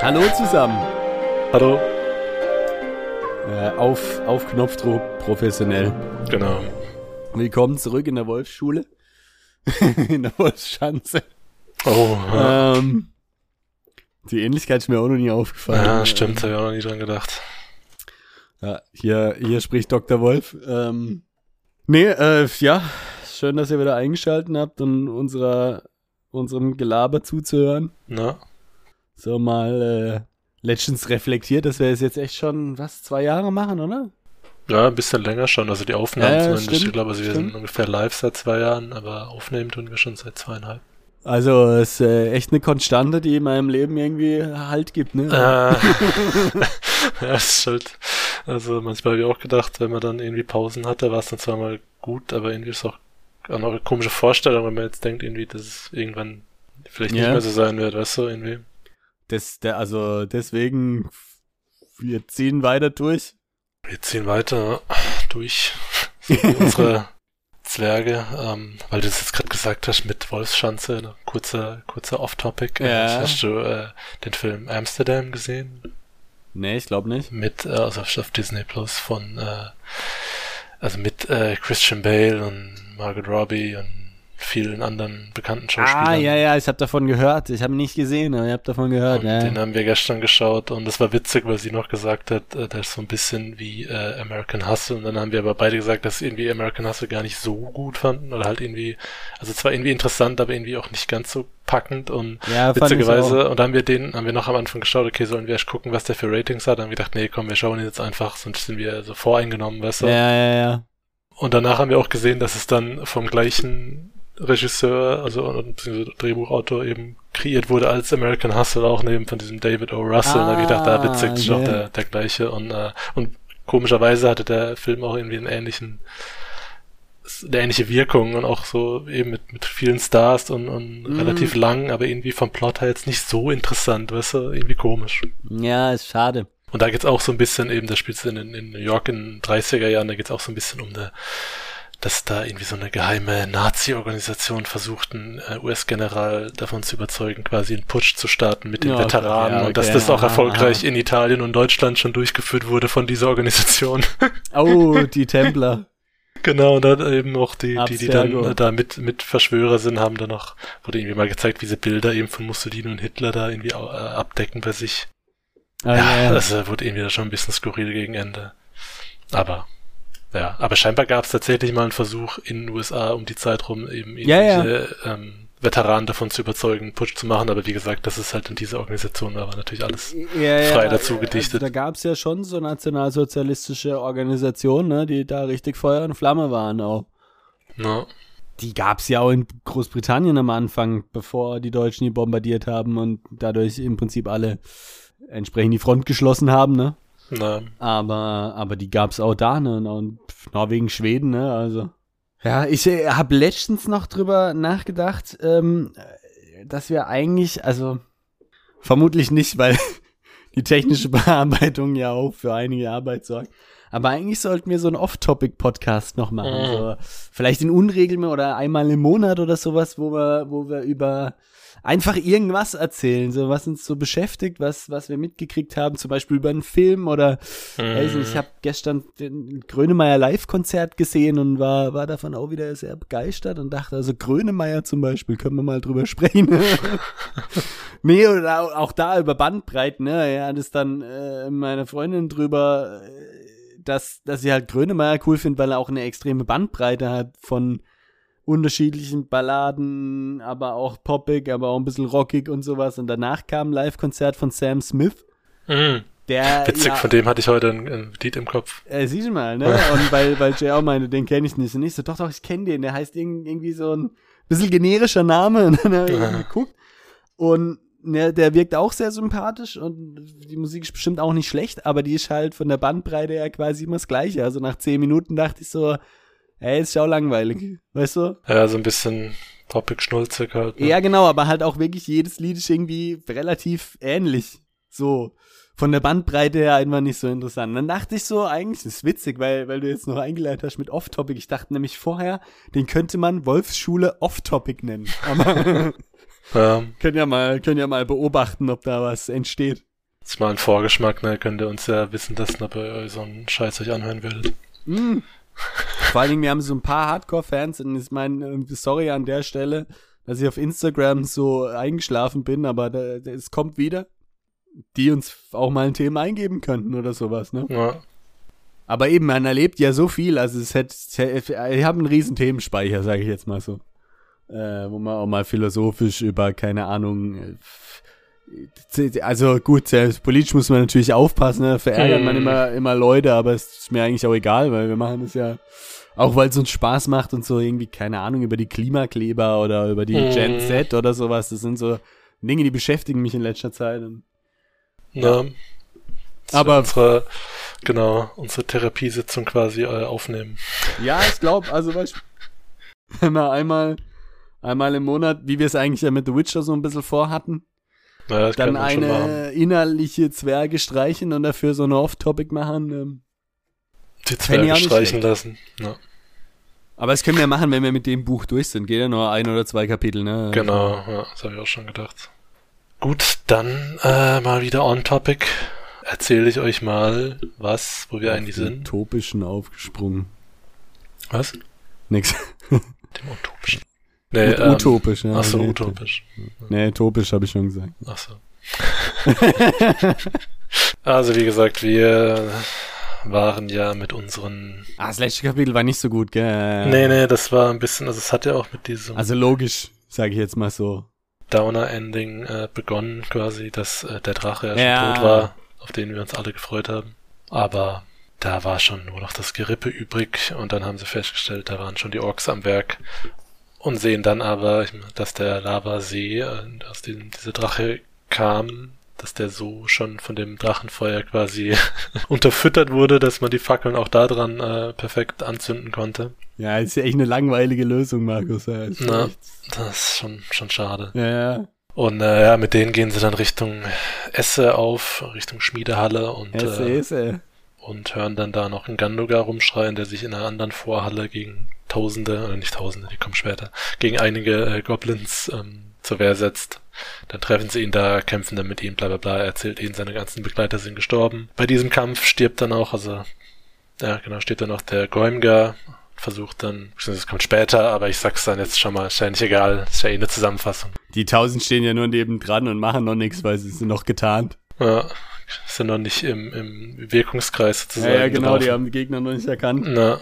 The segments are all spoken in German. Hallo zusammen. Hallo. Äh, auf, auf Knopfdruck professionell. Genau. Willkommen zurück in der Wolfsschule. in der Wolfschanze. Oh, ja. Ähm, die Ähnlichkeit ist mir auch noch nie aufgefallen. ja, stimmt, habe ich auch noch nie dran gedacht. Ja, hier, hier spricht Dr. Wolf. Ähm, nee, äh, ja, schön, dass ihr wieder eingeschaltet habt und unserer, unserem Gelaber zuzuhören. Na? So mal äh, letztens reflektiert, dass wir es jetzt echt schon, was, zwei Jahre machen, oder? Ja, ein bisschen länger schon, also die Aufnahmen Ja, ja, zumindest. stimmt, ich glaube, also wir stimmt. sind ungefähr live seit zwei Jahren, aber aufnehmen tun wir schon seit zweieinhalb. Also es ist äh, echt eine Konstante, die in meinem Leben irgendwie Halt gibt, ne? Ah. ja, ist halt, also manchmal habe ich auch gedacht, wenn man dann irgendwie Pausen hatte, war es dann zwar mal gut, aber irgendwie ist auch, auch noch eine komische Vorstellung, wenn man jetzt denkt, irgendwie, dass es irgendwann vielleicht nicht Ja. mehr so sein wird, weißt du, irgendwie. Das, der, also deswegen, wir ziehen weiter durch. Wir ziehen weiter durch so wie unsere Zwerge, ähm, weil du es jetzt gerade gesagt hast mit Wolfschanze, ne? kurzer, kurzer Off-Topic. Ja. Äh, hast du äh, den Film Amsterdam gesehen? Nee, ich glaube nicht. Mit, äh, also auf auf Disney Plus von, äh, also mit äh, Christian Bale und Margaret Robbie und vielen anderen bekannten Schauspielern. Ah, ja, ja, ich habe davon gehört. Ich habe ihn nicht gesehen, aber ich habe davon gehört. Und Ja. ne. Den äh, haben wir gestern geschaut und das war witzig, weil sie noch gesagt hat, äh, das ist so ein bisschen wie äh, American Hustle. Und dann haben wir aber beide gesagt, dass irgendwie American Hustle gar nicht so gut fanden oder halt irgendwie, also zwar irgendwie interessant, aber irgendwie auch nicht ganz so packend und ja, fand ich auch. witzigerweise. Und dann haben wir den, haben wir noch am Anfang geschaut, okay, sollen wir erst gucken, was der für Ratings hat? Dann haben wir gedacht, nee, komm, wir schauen ihn jetzt einfach, sonst sind wir so voreingenommen, weißt du? Ja, ja, ja. Und danach haben wir auch gesehen, dass es dann vom gleichen Regisseur, also und- beziehungsweise Drehbuchautor eben kreiert wurde als American Hustle, auch neben von diesem David O. Russell. und da habe ich gedacht, da Ah, witzig ist okay. noch der, der gleiche. Und, äh, und komischerweise hatte der Film auch irgendwie einen ähnlichen, eine ähnliche Wirkung und auch so eben mit, mit vielen Stars und, und Mhm. relativ lang, aber irgendwie vom Plot her jetzt nicht so interessant, weißt du, irgendwie komisch. Ja, ist schade. Und da geht's auch so ein bisschen, eben, da spielst du in, in New York in den 30er Jahren, da geht's auch so ein bisschen um eine, dass da irgendwie so eine geheime Nazi-Organisation versucht, einen äh, US-General davon zu überzeugen, quasi einen Putsch zu starten mit den Ja, okay, Veteranen ja, und dass okay, das auch aha, erfolgreich aha. in Italien und Deutschland schon durchgeführt wurde von dieser Organisation. Oh, die Templer. genau, und dann eben auch die, die, die dann Abstergo. äh, da mit, mit Verschwörer sind, haben dann auch, wurde irgendwie mal gezeigt, wie sie Bilder eben von Mussolini und Hitler da irgendwie au- äh, abdecken bei sich. Ah, Ja, ja, ja. das äh, wurde irgendwie schon ein bisschen skurril gegen Ende. Aber, ja, aber scheinbar gab es tatsächlich mal einen Versuch in den USA um die Zeit rum eben Ja, ja. irgendwelche, ähm, Veteranen davon zu überzeugen, einen Putsch zu machen, aber wie gesagt, das ist halt in dieser Organisation, da war natürlich alles. ja, ja, frei dazu Also, gedichtet. da gab's ja schon so nationalsozialistische Organisationen, ne, die da richtig Feuer und Flamme waren auch. Ne? Die gab's ja auch in Großbritannien am Anfang, bevor die Deutschen die bombardiert haben und dadurch im Prinzip alle entsprechend die Front geschlossen haben, ne? Ne? Aber, aber die gab's auch da, ne? Und- Und Norwegen, Schweden, ne? Also. Ja, ich äh, habe letztens noch drüber nachgedacht, ähm, äh, dass wir eigentlich, also vermutlich nicht, weil die technische Bearbeitung ja auch für einige Arbeit sorgt. Aber eigentlich sollten wir so einen Off-Topic-Podcast noch machen. Mhm. So, vielleicht in Unregeln oder einmal im Monat oder sowas, wo wir, wo wir über einfach irgendwas erzählen, so was uns so beschäftigt, was, was wir mitgekriegt haben, zum Beispiel über einen Film oder mm, also ich habe gestern den Grönemeyer Live-Konzert gesehen und war, war davon auch wieder sehr begeistert und dachte, also Grönemeyer zum Beispiel, können wir mal drüber sprechen. nee, oder au- auch da über Bandbreiten, ne? Ja, das dann äh, meine Freundin drüber, äh, dass, dass sie halt Grönemeyer cool findet, weil er auch eine extreme Bandbreite hat von unterschiedlichen Balladen, aber auch poppig, aber auch ein bisschen rockig und sowas. Und danach kam ein Live-Konzert von Sam Smith. Mhm. Der, Witzig, äh, ja, von dem hatte ich heute ein, ein Lied im Kopf. äh, siehst du mal, ne? Und weil, weil Jay auch meinte, den kenne ich nicht. Und ich so, doch, doch, ich kenne den. Der heißt irgend- irgendwie so ein bisschen generischer Name. Und dann habe ich Ja. ihn geguckt. Und ne, der wirkt auch sehr sympathisch und die Musik ist bestimmt auch nicht schlecht, aber die ist halt von der Bandbreite her quasi immer das Gleiche. Also nach zehn Minuten dachte ich so, ey, ist schau langweilig. Weißt du? Ja, so ein bisschen Topic schnulzig halt. Ne? Ja, genau, aber halt auch wirklich jedes Lied ist irgendwie relativ ähnlich. So. Von der Bandbreite her einfach nicht so interessant. Dann dachte ich so, eigentlich ist es witzig, weil, weil du jetzt noch eingeleitet hast mit Off-Topic. Ich dachte nämlich vorher, den könnte man Wolfsschule Off-Topic nennen. Aber ähm, können ja mal, können ja mal beobachten, ob da was entsteht. Jetzt mal ein Vorgeschmack, ne? Könnt ihr uns ja wissen, dass ihr so einen Scheiß euch anhören würdet. Mm. Vor allen Dingen, wir haben so ein paar Hardcore-Fans und ich meine, sorry an der Stelle, dass ich auf Instagram so eingeschlafen bin, aber da, da, es kommt wieder, die uns auch mal ein Thema eingeben könnten oder sowas, ne? Ja. Aber eben, man erlebt ja so viel, also es hätte, ich habe einen riesen Themenspeicher, sage ich jetzt mal so. Äh, wo man auch mal philosophisch über, keine Ahnung, also gut, selbst politisch muss man natürlich aufpassen, ne? verärgert hm. man immer, immer Leute, aber es ist mir eigentlich auch egal, weil wir machen das ja auch, weil es uns Spaß macht und so irgendwie, keine Ahnung, über die Klimakleber oder über die hm. Gen Z oder sowas. Das sind so Dinge, die beschäftigen mich in letzter Zeit. Und, ja. ja. Aber Ne? unsere, genau, unsere Therapiesitzung quasi äh, aufnehmen. Ja, ich glaube, also weißt wenn wir einmal, einmal im Monat, wie wir es eigentlich ja mit The Witcher so ein bisschen vorhatten, ja, dann eine innerliche Zwerge streichen und dafür so eine Off-Topic machen. Ähm, die Zwerge streichen lassen, ja. Aber das können wir machen, wenn wir mit dem Buch durch sind. Geht ja nur ein oder zwei Kapitel, ne? Genau, ja, das habe ich auch schon gedacht. Gut, dann äh, mal wieder on-topic. Erzähle ich euch mal, was, wo wir Auf eigentlich sind. Utopischen aufgesprungen. Was? Nix. Dem Utopischen. Nee, Mit ähm, utopisch, ja. Achso, nee, utopisch. Nee, topisch habe ich schon gesagt. Achso. also, wie gesagt, wir waren ja mit unseren. Ah, das letzte Kapitel war nicht so gut, gell? Nee, nee, das war ein bisschen, also es hat ja auch mit diesem. Also logisch, sage ich jetzt mal so. Downer-Ending äh, begonnen, quasi, dass äh, der Drache ja schon ja. tot war, auf den wir uns alle gefreut haben. Aber da war schon nur noch das Gerippe übrig und dann haben sie festgestellt, da waren schon die Orks am Werk und sehen dann aber, dass der Lavasee, äh, aus dem diese Drache kam, dass der so schon von dem Drachenfeuer quasi unterfüttert wurde, dass man die Fackeln auch daran äh, perfekt anzünden konnte. Ja, ist ja echt eine langweilige Lösung, Markus. Ja, ist Na, das ist schon, schon schade. Ja, ja. Und äh, ja, mit denen gehen sie dann Richtung Esse auf, Richtung Schmiedehalle und Esse, äh, Esse. und hören dann da noch einen Gandogar rumschreien, der sich in einer anderen Vorhalle gegen Tausende, oder nicht Tausende, die kommen später, gegen einige äh, Goblins ähm, zur Wehr setzt. Dann treffen sie ihn da, kämpfen dann mit ihm, bla bla bla, er erzählt ihnen, seine ganzen Begleiter sind gestorben. Bei diesem Kampf stirbt dann auch, also, ja genau, stirbt dann auch der Goimgar, versucht dann, es kommt später, aber ich sag's dann jetzt schon mal, ist ja nicht egal, ist ja eh eine Zusammenfassung. Die Tausend stehen ja nur neben dran und machen noch nichts, weil sie sind noch getarnt. Ja, sind noch nicht im, im Wirkungskreis sozusagen. Ja, ja genau, drauf. die haben die Gegner noch nicht erkannt. Na.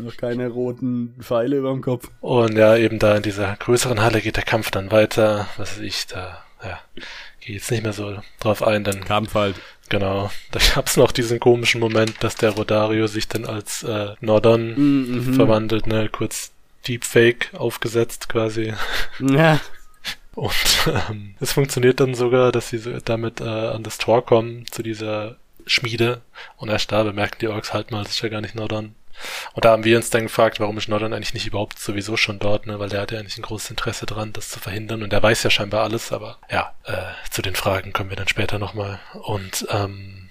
Noch keine roten Pfeile über dem Kopf. Und ja, eben da in dieser größeren Halle geht der Kampf dann weiter. Was weiß ich, da, ja, gehe jetzt nicht mehr so drauf ein. Dann, Kampf halt. Genau. Da gab's noch diesen komischen Moment, dass der Rodario sich dann als äh, Nordon Mhm, mm -hmm. verwandelt, ne, kurz Deepfake aufgesetzt quasi. Ja. Und ähm, es funktioniert dann sogar, dass sie so damit äh, an das Tor kommen, zu dieser Schmiede. Und erst da bemerken die Orks halt mal, das ist ja gar nicht Nordon. Und da haben wir uns dann gefragt, warum ist Nordon eigentlich nicht überhaupt sowieso schon dort, ne? weil der hat ja eigentlich ein großes Interesse dran, das zu verhindern und er weiß ja scheinbar alles, aber ja, äh, zu den Fragen kommen wir dann später nochmal. Und ähm,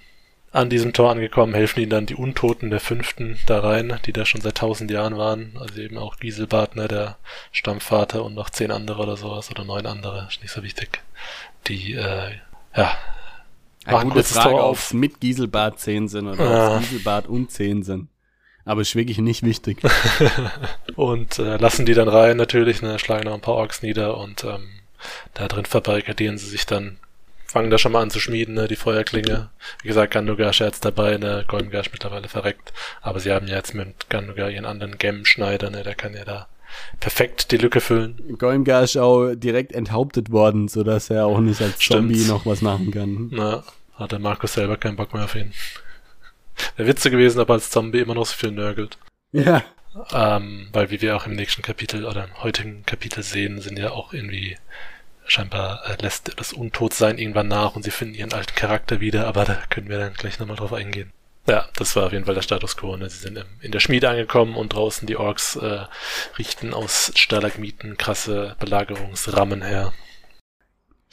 an diesem Tor angekommen, helfen ihnen dann die Untoten der Fünften da rein, die da schon seit tausend Jahren waren, also eben auch Gieselbart, ne, der Stammvater und noch zehn andere oder sowas oder neun andere, ist nicht so wichtig. Die, äh, ja, eine machen gute Frage, ob es mit Gieselbart zehn sind oder ja. ob Gieselbart und zehn sind aber ist wirklich nicht wichtig. und äh, lassen die dann rein natürlich, ne, schlagen noch ein paar Orks nieder und ähm, da drin verbarrikadieren sie sich dann, fangen da schon mal an zu schmieden, ne, die Feuerklinge. Wie gesagt, Gandogar scherzt dabei, ne, Goldengar ist mittlerweile verreckt, aber sie haben ja jetzt mit Gandogar ihren anderen Gemmenschneider, ne, der kann ja da perfekt die Lücke füllen. Goldengar ist auch direkt enthauptet worden, sodass er auch nicht als Zombie Stimmt's. noch was machen kann. Na, hatte Markus selber keinen Bock mehr auf ihn. Wäre Witze gewesen, aber als Zombie immer noch so viel nörgelt. Ja. Ähm, weil wie wir auch im nächsten Kapitel oder im heutigen Kapitel sehen, sind ja auch irgendwie scheinbar äh, lässt das Untotsein irgendwann nach und sie finden ihren alten Charakter wieder, aber da können wir dann gleich nochmal drauf eingehen. Ja, das war auf jeden Fall der Status quo. Ne? Sie sind im, in der Schmiede angekommen und draußen die Orks äh, richten aus Stalagmiten krasse Belagerungsrammen her,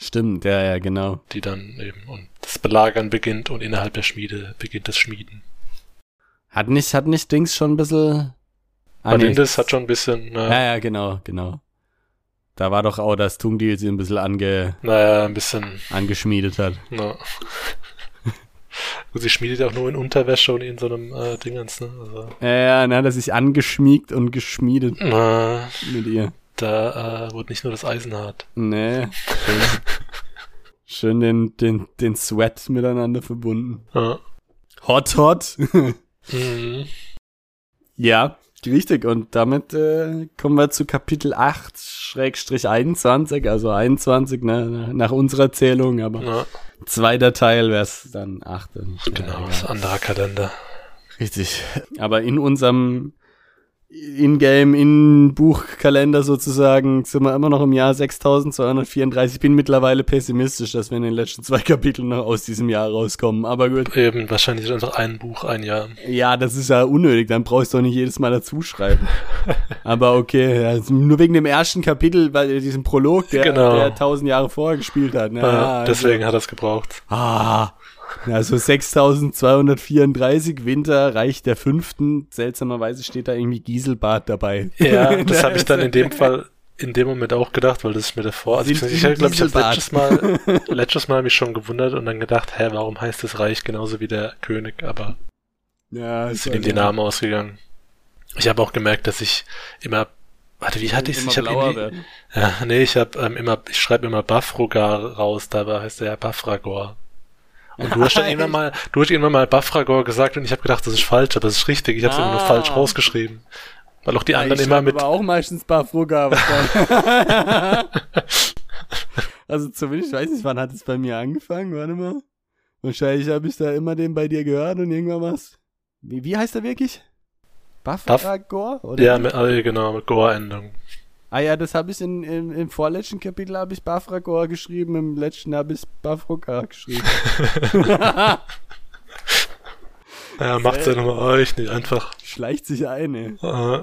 Stimmt, ja, ja, genau. die dann eben und das Belagern beginnt und innerhalb der Schmiede beginnt das Schmieden. Hat nicht, hat nicht Dings schon ein bisschen. Ah, hat schon ein bisschen, äh, Ja, ja, genau, genau. Da war doch auch, dass Tung die sie ein bisschen ange, naja, ein bisschen angeschmiedet hat. Ja. Gut, sie schmiedet auch nur in Unterwäsche und in so einem äh, Dingens, ne? Also, Ja, ja, dann hat er sich angeschmiegt und geschmiedet äh, mit ihr. da äh, wurde nicht nur das Eisen hart. Nee. Schön, Mhm. schön den, den, den Sweat miteinander verbunden. Ja. Hot, hot. Mhm. ja, richtig. Und damit äh, kommen wir zu Kapitel 8, Schrägstrich 21, also 21 ne, nach unserer Zählung, aber Ja, zweiter Teil wäre es dann 8. und- ja, genau, egal. das ist ein anderer Kalender. Richtig. Aber in unserem In-Game, In-Buchkalender sozusagen sind wir immer noch im Jahr 6234. Ich bin mittlerweile pessimistisch, dass wir in den letzten zwei Kapiteln noch aus diesem Jahr rauskommen. Aber gut. Eben, wahrscheinlich ist einfach ein Buch, ein Jahr. Ja, das ist ja unnötig. Dann brauchst du doch nicht jedes Mal dazuschreiben. Aber okay, ja, nur wegen dem ersten Kapitel, bei diesem Prolog, der, Genau. der tausend Jahre vorher gespielt hat. ne? Ja, ja, deswegen hat er es gebraucht. Ah, also 6234 Winter, Reich der Fünften. Seltsamerweise steht da irgendwie Gieselbad dabei. Ja, das habe ich dann in dem Fall in dem Moment auch gedacht, weil das ist mir davor, also ich, Sind ich im glaube, ich habe Dieselbad. letztes Mal, letztes Mal mich schon gewundert und dann gedacht, hä, warum heißt das Reich genauso wie der König, aber Ja, es sind ihm die Namen ausgegangen. Ich habe auch gemerkt, dass ich immer, warte, wie hatte ich es? Ich habe irgendwie, ja, nee, ich habe ähm, immer, ich schreibe immer Bafrogar raus, dabei heißt er ja Bafragor. Und du hast dann Nein. irgendwann mal, du hast irgendwann mal Bafragor gesagt und ich habe gedacht, das ist falsch, aber es ist richtig. Ich habe es immer nur Ah. falsch rausgeschrieben, weil auch die Ja, ich anderen immer schreibe mit aber auch meistens Bafroga. aber- also zumindest, ich weiß nicht, wann hat es bei mir angefangen? Warte mal. Wahrscheinlich habe ich da immer den bei dir gehört und irgendwann was. Wie, wie heißt er wirklich? Bafragor? oder? ja, mit, äh, genau, mit Gore-Endung. Ah ja, das habe ich in, im, im vorletzten Kapitel habe ich Bafragor geschrieben, im letzten habe ich Bafrogar geschrieben. Ja, macht's ja nochmal euch, nicht einfach. Schleicht sich ein, ey. Äh,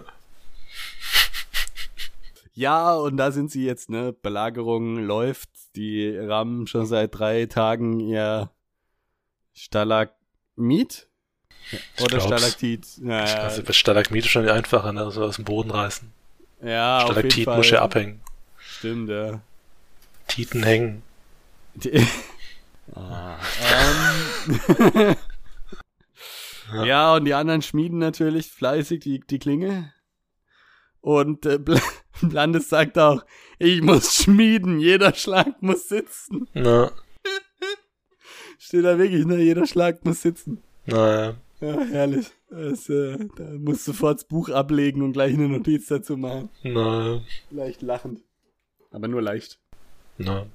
Ja, und da sind sie jetzt, ne? Belagerung läuft, die rammen schon seit drei Tagen ihr Stalagmit? Oder glaub's. Stalaktit? Naja, also, Stalagmite ist schon die einfache, ne? so aus dem Boden reißen. ja, auf jeden Stalaktit Fall. muss ja abhängen. Stimmt, ja. Titen hängen. Die- ähm. ja, und die anderen schmieden natürlich fleißig die, die Klinge. Und äh, Bl Blandes sagt auch, ich muss schmieden, jeder Schlag muss sitzen. Na, Steht da wirklich, ne? Jeder Schlag muss sitzen. naja. Ja, herrlich. Das, äh, da musst du sofort das Buch ablegen und gleich eine Notiz dazu machen. Na, Leicht lachend. Aber nur leicht. na.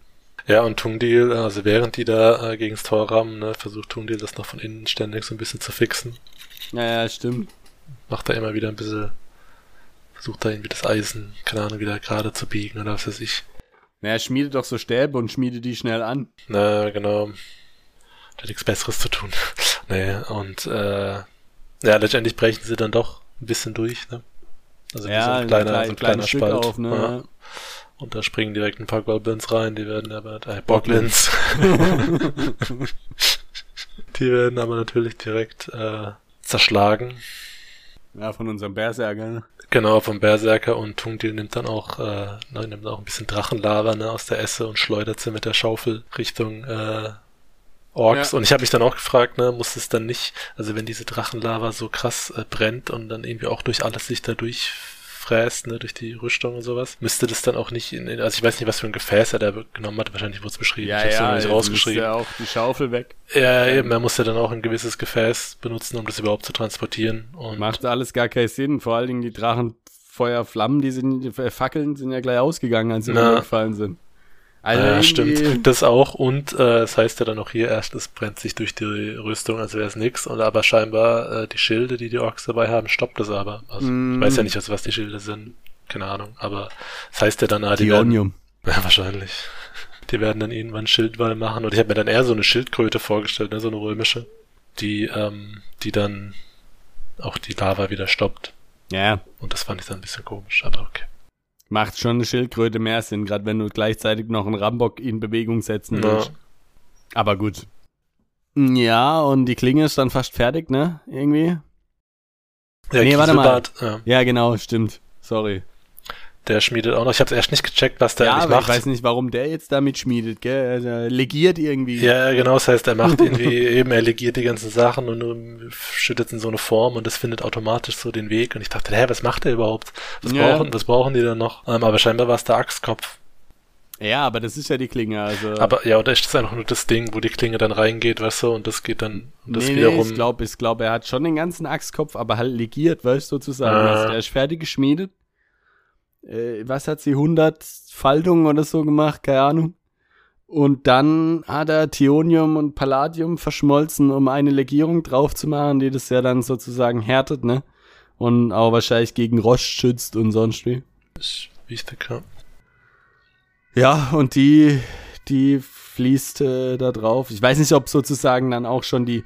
Ja, und Tungdil, also während die da äh, gegen das Tor rammen, ne, versucht Tungdil das noch von innen ständig so ein bisschen zu fixen. Ja, ja, stimmt. Macht da immer wieder ein bisschen, versucht da irgendwie das Eisen, keine Ahnung, wieder gerade zu biegen oder was weiß ich. Naja, schmiede doch so Stäbe und schmiede die schnell an. Na, genau. Der hat nichts Besseres zu tun. nee, und äh, ja, letztendlich brechen sie dann doch ein bisschen durch, ne? Also wie so ein kleiner, so ein kleiner Spalt. ja. Und da springen direkt ein paar Goblins rein, die werden aber, äh, Boglins. die werden aber natürlich direkt äh, zerschlagen. Ja, von unserem Berserker, ne? Genau, vom Berserker und Tungdil nimmt dann auch, äh, ne, nimmt auch ein bisschen Drachenlava ne, aus der Esse und schleudert sie mit der Schaufel Richtung äh, Orks. Ja. Und ich habe mich dann auch gefragt, ne, muss es dann nicht, also wenn diese Drachenlava so krass äh, brennt und dann irgendwie auch durch alles sich da durchfräst, ne, durch die Rüstung und sowas, müsste das dann auch nicht in, in also ich weiß nicht, was für ein Gefäß er da genommen hat, wahrscheinlich wurde es beschrieben, ich hab's noch nicht äh, rausgeschrieben. ja auch die Schaufel weg. Ja, Ähm, eben, er muss ja dann auch ein gewisses Gefäß benutzen, um das überhaupt zu transportieren. Und Macht alles gar keinen Sinn. Vor allen Dingen die Drachenfeuerflammen, die sind, die Fackeln sind ja gleich ausgegangen, als sie Na. runtergefallen sind. Also ja, irgendwie- stimmt. äh, Das auch. Und äh, das heißt ja dann auch hier erst, es brennt sich durch die Rüstung, als wäre es nix. Und aber scheinbar äh, die Schilde, die die Orks dabei haben, stoppt es aber. Also, Mm. Ich weiß ja nicht, was, was die Schilde sind. Keine Ahnung. Aber das heißt ja dann, ah, die werden, Dionium. ja, wahrscheinlich. Die werden dann irgendwann Schildwall machen. Und ich habe mir dann eher so eine Schildkröte vorgestellt, ne, so eine römische. die, ähm, die dann auch die Lava wieder stoppt. Ja, Und das fand ich dann ein bisschen komisch, aber okay. macht schon eine Schildkröte mehr Sinn, gerade wenn du gleichzeitig noch einen Rambock in Bewegung setzen willst. Aber gut. Ja, und die Klinge ist dann fast fertig, ne? Irgendwie? Ja, Nee, warte mal. Kieselbart, Ja, Ja, genau, stimmt. Sorry. der schmiedet auch noch. Ich habe erst nicht gecheckt, was der ja, eigentlich aber macht. ich weiß nicht, warum der jetzt damit schmiedet, gell? Also, er legiert irgendwie. Ja, ja, genau, das heißt, er macht irgendwie eben, er legiert die ganzen Sachen und ähm, schüttet in so eine Form und das findet automatisch so den Weg. Und ich dachte, hä, was macht er überhaupt? Was, Ja. brauchen, was brauchen die denn noch? Ähm, aber scheinbar war es der Axtkopf. Ja, aber das ist ja die Klinge, also. Aber ja, oder ist das einfach nur das Ding, wo die Klinge dann reingeht, weißt du, und das geht dann, und das nee, nee, wiederum. ich glaube, ich glaub, er hat schon den ganzen Axtkopf, aber halt legiert, weißt du, sozusagen. Ah. Also, der ist fertig geschmiedet. Äh, was hat sie, 100 Faltungen oder so gemacht, keine Ahnung. Und dann hat er Thionium und Palladium verschmolzen, um eine Legierung drauf zu machen, die das ja dann sozusagen härtet, ne? Und auch wahrscheinlich gegen Rost schützt und sonst wie. ist wichtig, ja. Ja, und die, die fließt äh, da drauf. Ich weiß nicht, ob sozusagen dann auch schon die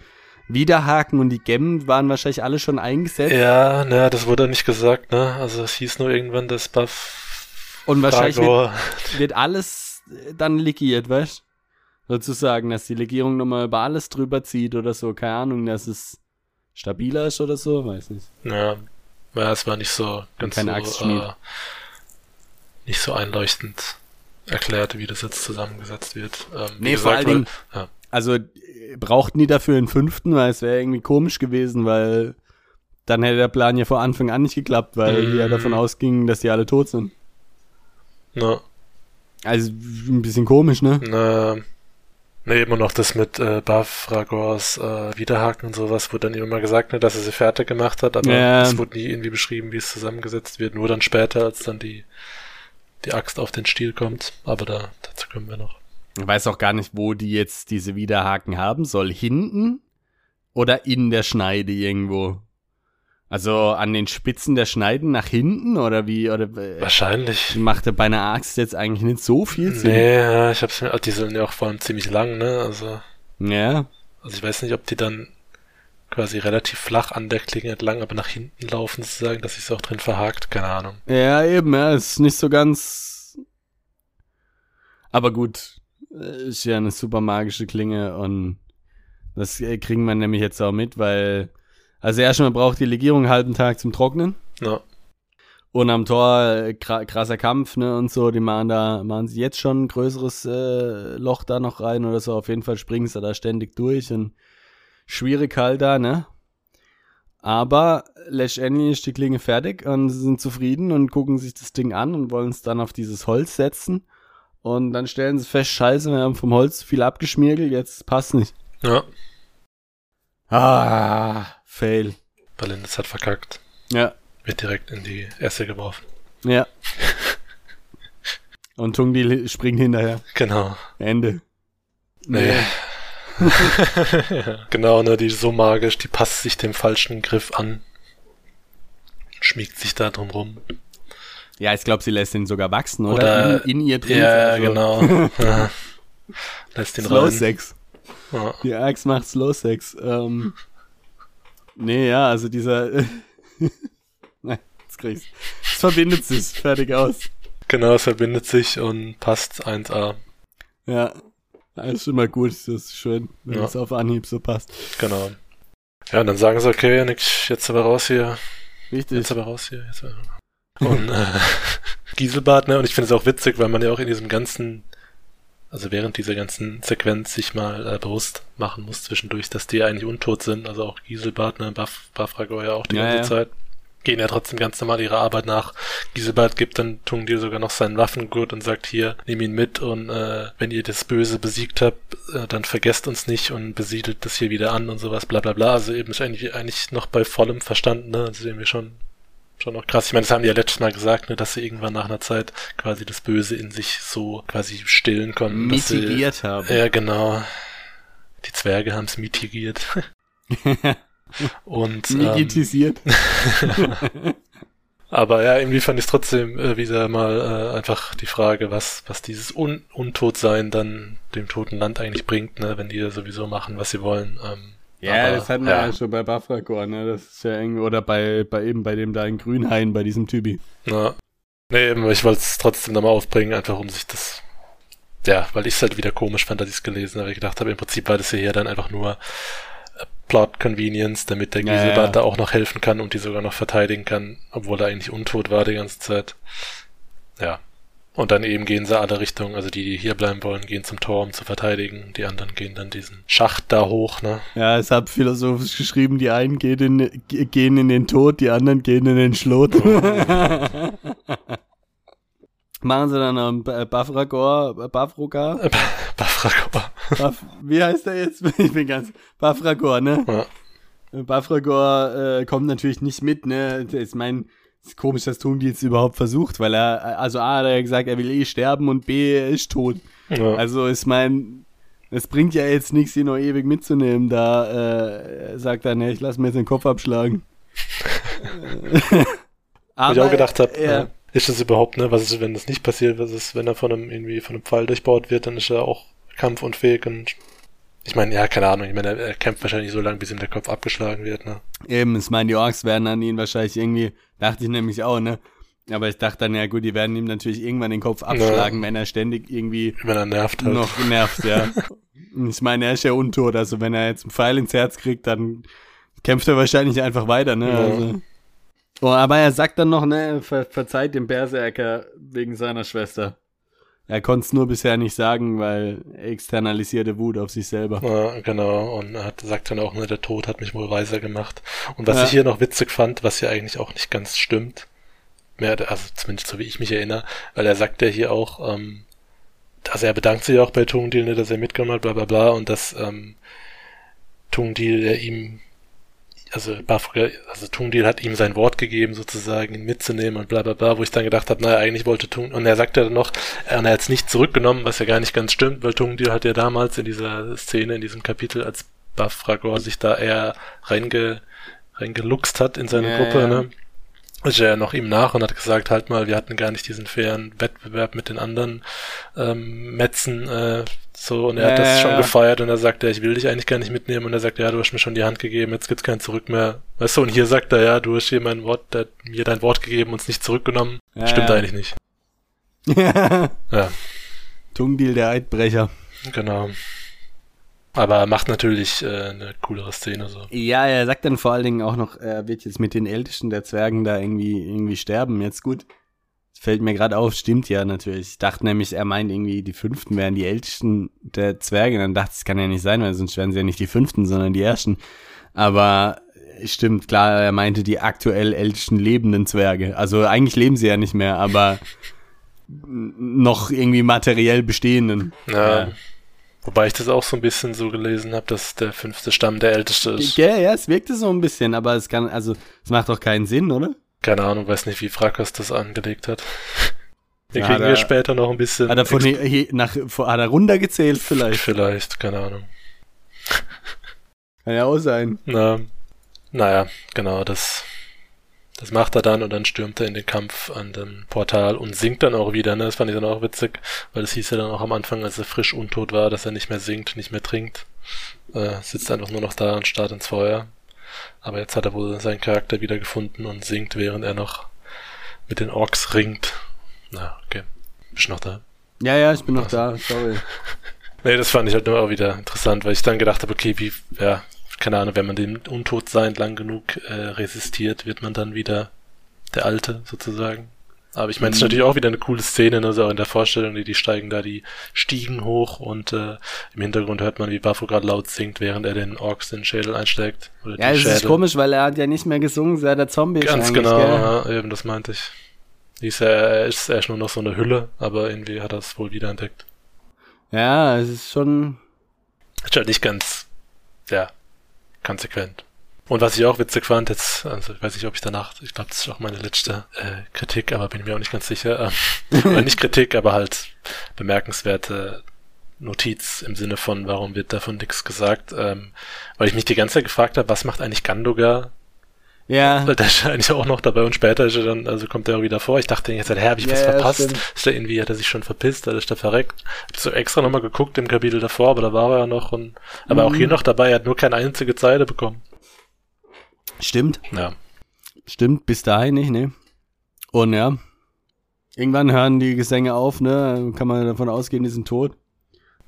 Widerhaken und die Gemmen waren wahrscheinlich alle schon eingesetzt. Ja, na, das wurde nicht gesagt, ne? Also es hieß nur irgendwann, dass Buff Und wahrscheinlich Fragor- Wird alles äh, dann legiert, weißt Sozusagen, dass die Legierung nochmal über alles drüber zieht oder so. Keine Ahnung, dass es stabiler ist oder so, weiß nicht. Ja, ja, es war nicht so ganz Keine so, Axtschmied. äh, nicht so einleuchtend erklärt, wie das jetzt zusammengesetzt wird. Ähm, wie Nee, vor allen weil- Dingen- ja, Also äh, brauchten die dafür einen fünften, weil es wäre irgendwie komisch gewesen, weil dann hätte der Plan ja vor Anfang an nicht geklappt, weil die ja Mhm. davon ausgingen, dass die alle tot sind. na, Also ein bisschen komisch, ne? na, ne, immer noch das mit äh, Buff, Ragors, äh, Widerhaken und sowas, wurde dann eben immer gesagt, ne, dass er sie fertig gemacht hat, aber Ja. es wurde nie irgendwie beschrieben, wie es zusammengesetzt wird, nur dann später, als dann die, die Axt auf den Stiel kommt, aber da, dazu kommen wir noch. Ich weiß auch gar nicht, wo die jetzt diese Widerhaken haben soll. Hinten oder in der Schneide irgendwo? Also an den Spitzen der Schneiden nach hinten oder wie? Oder äh, Wahrscheinlich. machte bei einer Axt jetzt eigentlich nicht so viel Sinn. Nee, ja, ich hab's mir, die sind ja auch vor allem ziemlich lang, ne, also. Ja. Also ich weiß nicht, ob die dann quasi relativ flach an der Klinge entlang, aber nach hinten laufen sozusagen, dass sich's auch drin verhakt, keine Ahnung. Ja, eben, ja, ist nicht so ganz. Aber gut, äh, ist ja eine super magische Klinge und das äh, kriegen wir nämlich jetzt auch mit, weil. Also erstmal braucht die Legierung einen halben Tag zum Trocknen. Ja. Und am Tor äh, kra- krasser Kampf, ne, und so, die machen da, machen sie jetzt schon ein größeres äh, Loch da noch rein oder so. Auf jeden Fall springen sie da ständig durch und schwierig halt da, ne? Aber letztendlich ist die Klinge fertig und sie sind zufrieden und gucken sich das Ding an und wollen es dann auf dieses Holz setzen. Und dann stellen sie fest, scheiße, wir haben vom Holz viel abgeschmirgelt, jetzt passt nicht. Ja, Ah, fail. Berlin hat verkackt. Ja, Wird direkt in die Esse geworfen. ja. und Tungdi springt hinterher. Genau. Ende. Nee. genau, ne, die ist so magisch, die passt sich dem falschen Griff an. Schmiegt sich da drum rum. Ja, ich glaube, sie lässt ihn sogar wachsen, oder? Oder- in, in ihr drin. Ja, also. genau. Ja. Lässt den Slow rein. Sex. Ja. Die Axt macht Slow Sex. Ähm, nee, ja, also dieser. Nein, jetzt krieg's. Es verbindet sich. Fertig aus. Genau, es verbindet sich und passt 1A. Ja. Das ist immer gut. Das ist schön, wenn Ja. es auf Anhieb so passt. Genau. Ja, und dann sagen sie, okay, nix, jetzt aber raus hier, Richtig. jetzt aber raus hier, jetzt aber Und äh, Gieselbart, ne? Und ich finde es auch witzig, weil man ja auch in diesem ganzen, also während dieser ganzen Sequenz sich mal äh, bewusst machen muss zwischendurch, dass die eigentlich untot sind. Also auch Gieselbart, ne? Baf, Bafragor ja auch die Ja, ganze ja. Zeit. Gehen ja trotzdem ganz normal ihrer Arbeit nach. Gieselbart gibt dann Tungdil sogar noch seinen Waffengurt und sagt hier, nimm ihn mit und äh, wenn ihr das Böse besiegt habt, äh, dann vergesst uns nicht und besiedelt das hier wieder an und sowas, bla bla bla. Also eben ist eigentlich, eigentlich noch bei vollem Verstand, ne? Also irgendwie schon Schon noch krass. Ich meine, das haben die ja letztes Mal gesagt, ne, dass sie irgendwann nach einer Zeit quasi das Böse in sich so quasi stillen konnten. Dass Mitigiert haben. sie, ja, genau. Die Zwerge haben es mitigiert. Und ähm, Migitisiert. aber ja, irgendwie fand ich es trotzdem äh, wieder mal äh, einfach die Frage, was, was dieses Un Untotsein dann dem toten Land eigentlich bringt, ne, wenn die sowieso machen, was sie wollen. Ähm, Ja, Aber, das hatten wir ja. ja schon bei Bafrakor, ne? Das ist ja irgendwie, oder bei, bei eben bei dem da in Grünhain, bei diesem Typi. Ja. Nee, eben, ich wollte es trotzdem nochmal aufbringen, einfach um sich das. Ja, weil ich es halt wieder komisch fand, als ich es gelesen habe. Ich gedacht habe, im Prinzip war das hier ja dann einfach nur äh, Plot Convenience, damit der Ja, ja, Giselbart ja. da auch noch helfen kann und die sogar noch verteidigen kann, obwohl er eigentlich untot war die ganze Zeit. Ja. Und dann eben gehen sie alle Richtungen, also die, die hier bleiben wollen, gehen zum Tor, um zu verteidigen. Die anderen gehen dann diesen Schacht da hoch, ne? Ja, es hat philosophisch geschrieben, die einen gehen in, ge- gehen in den Tod, die anderen gehen in den Schlot. Machen sie dann am äh, Bafragor, äh, Bafrogar? Bafrakor. Baf, wie heißt er jetzt? Ich bin ganz. Bafragor, ne? Ja. Bafragor äh, kommt natürlich nicht mit, ne? Ich meine, ist komisch, dass Tungi jetzt überhaupt versucht, weil er, äh, also A, hat er gesagt, er will eh sterben und B, er ist tot. Ja. Also ich mein, es bringt ja jetzt nichts, ihn noch ewig mitzunehmen. Da äh, sagt er, ne, ich lass mir jetzt den Kopf abschlagen. Wo Aber, ich auch gedacht habe, ja. äh, ist das überhaupt, ne? Was ist, wenn das nicht passiert? Was ist, wenn er von einem, irgendwie von einem Pfeil durchbohrt wird, dann ist er auch kampfunfähig und ich meine, ja, keine Ahnung, ich meine, er, er kämpft wahrscheinlich so lange, bis ihm der Kopf abgeschlagen wird, ne? Eben, ich meine, die Orks werden an ihn wahrscheinlich irgendwie, dachte ich nämlich auch, ne? Aber ich dachte dann, ja gut, die werden ihm natürlich irgendwann den Kopf abschlagen, wenn er ständig irgendwie Wenn er nervt halt. noch genervt, ja. ich meine, er ist ja untot, also wenn er jetzt einen Pfeil ins Herz kriegt, dann kämpft er wahrscheinlich einfach weiter, ne? Ja. Also. Oh, aber er sagt dann noch, ne, ver verzeiht dem Berserker wegen seiner Schwester. Er konnte es nur bisher nicht sagen, weil externalisierte Wut auf sich selber. Ja, genau, und er hat, sagt dann auch, ne, der Tod hat mich wohl weiser gemacht. Und was Ja. ich hier noch witzig fand, was hier eigentlich auch nicht ganz stimmt, mehr, also zumindest so wie ich mich erinnere, weil er sagt ja hier auch, ähm, also er bedankt sich auch bei Tungdil, ne, dass er mitgenommen hat, bla bla bla, und dass ähm, Tungdil ja ihm, also Bafra, also Tungdil hat ihm sein Wort gegeben, sozusagen, ihn mitzunehmen und bla bla bla, wo ich dann gedacht habe, naja, eigentlich wollte Tung, und er sagt ja dann noch, äh, und er hat es nicht zurückgenommen, was ja gar nicht ganz stimmt, weil Tungdil hat ja damals in dieser Szene, in diesem Kapitel, als Bafragor sich da eher reinge, reingeluchst hat in seine Ja, Gruppe, ja. ne? Ist er ja noch ihm nach und hat gesagt, halt mal, wir hatten gar nicht diesen fairen Wettbewerb mit den anderen ähm, Metzen, äh, so, und er Ja, hat das ja, schon ja. gefeiert und er sagt, ja, ich will dich eigentlich gar nicht mitnehmen und er sagt, ja, du hast mir schon die Hand gegeben, jetzt gibt's kein Zurück mehr. Weißt du, und hier sagt er, ja, du hast hier mein Wort, der, hat mir dein Wort gegeben und es nicht zurückgenommen. Ja, Stimmt ja. eigentlich nicht. Ja. ja. Tungdil, der Eidbrecher. Genau. Aber macht natürlich äh, eine coolere Szene so. Ja, er sagt dann vor allen Dingen auch noch, er wird jetzt mit den Ältesten der Zwergen da irgendwie, irgendwie sterben. Jetzt gut. Fällt mir gerade auf, stimmt ja natürlich. Ich dachte nämlich, er meint irgendwie, die Fünften wären die Ältesten der Zwerge. Dann dachte ich, das kann ja nicht sein, weil sonst wären sie ja nicht die Fünften, sondern die Ersten. Aber äh, stimmt, klar, er meinte die aktuell ältesten lebenden Zwerge. Also eigentlich leben sie ja nicht mehr, aber n- noch irgendwie materiell bestehenden. Ja. Ja. Ähm, Wobei ich das auch so ein bisschen so gelesen habe, dass der fünfte Stamm der älteste ist. Gell, ja, es wirkte so ein bisschen, aber es kann, also, es macht doch keinen Sinn, oder? Keine Ahnung, weiß nicht, wie Frakas das angelegt hat. Wir Ja, kriegen da- hier später noch ein bisschen. Hat er, von, he- he- nach, von, hat er runtergezählt vielleicht? Vielleicht, keine Ahnung. Kann ja auch sein. Na, naja, genau, das, das macht er dann und dann stürmt er in den Kampf an dem Portal und singt dann auch wieder, ne? Das fand ich dann auch witzig, weil das hieß ja dann auch am Anfang, als er frisch untot war, dass er nicht mehr singt, nicht mehr trinkt. Äh, sitzt einfach nur noch da und starrt ins Feuer. Aber jetzt hat er wohl seinen Charakter wiedergefunden und singt, während er noch mit den Orks ringt. Na, okay. Bist du noch da? Ja, ja, ich bin noch Ach so. da, sorry. Nee, das fand ich halt nur auch wieder interessant, weil ich dann gedacht habe, okay, wie, ja, keine Ahnung, wenn man dem Untotsein lang genug äh, resistiert, wird man dann wieder der Alte sozusagen. Aber ich meine, es Mhm. ist natürlich auch wieder eine coole Szene, ne? also auch in der Vorstellung, die, die steigen da die Stiegen hoch und äh, im Hintergrund hört man, wie Bafo gerade laut singt, während er den Orks den Schädel einschlägt. Oder Ja, die es ist Schädel. komisch, weil er hat ja nicht mehr gesungen, seit der Zombie ist Ganz eigentlich, genau, gell? ja, eben, das meinte ich. Hieß ja, er ist erst nur noch so eine Hülle, aber irgendwie hat er es wohl wieder entdeckt. Ja, es ist schon. Ist halt nicht ganz, ja, konsequent. Und was ich auch witzig fand, jetzt, also ich weiß nicht, ob ich danach, ich glaube, das ist auch meine letzte äh, Kritik, aber bin mir auch nicht ganz sicher. Ähm, oder nicht Kritik, aber halt bemerkenswerte Notiz im Sinne von, warum wird davon nichts gesagt? Ähm, weil ich mich die ganze Zeit gefragt habe, was macht eigentlich Gandogar Ja. Weil der ist ja eigentlich auch noch dabei und später ist er dann, also kommt er auch wieder vor. Ich dachte jetzt, halt, hä, hab ich was Ja, ja, verpasst? stimmt. Ist der irgendwie, hat er sich schon verpisst, hat er ist da verreckt? Hab so extra nochmal geguckt im Kapitel davor, aber da war er ja noch und, aber auch Mhm. hier noch dabei, er hat nur keine einzige Zeile bekommen. Stimmt. Ja. Stimmt, bis dahin nicht, ne? Und ja. Irgendwann hören die Gesänge auf, ne? Kann man davon ausgehen, die sind tot.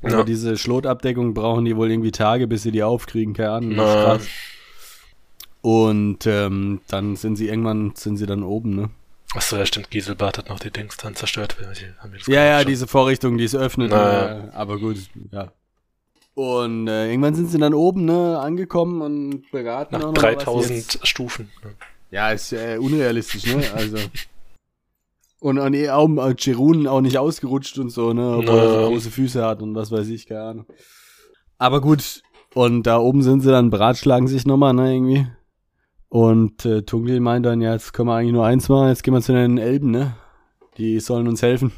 Aber Ja. diese Schlotabdeckung brauchen die wohl irgendwie Tage, bis sie die aufkriegen, keine Ahnung. das ist Na. krass. Und ähm, dann sind sie irgendwann, sind sie dann oben, ne? Achso, ja, stimmt, Gieselbart hat noch die Dings dann zerstört. Die haben jetzt Ja, ja, schon- diese Vorrichtung, die es öffnet. Na. äh, Aber gut, ja. Und äh, irgendwann sind sie dann oben, ne, angekommen und beraten Nach auch noch, was sie jetzt- 3000 Stufen. ne? Ja, ist äh, unrealistisch, ne? Also. Und, und eh auch äh, Jerun auch nicht ausgerutscht und so, ne? Obwohl er Nö. so große Füße hat und was weiß ich, keine Ahnung. Aber gut, und da oben sind sie dann, beratschlagen sich nochmal, ne, irgendwie. Und äh, Tungil meint dann, ja, jetzt können wir eigentlich nur eins machen, jetzt gehen wir zu den Elben, ne? Die sollen uns helfen.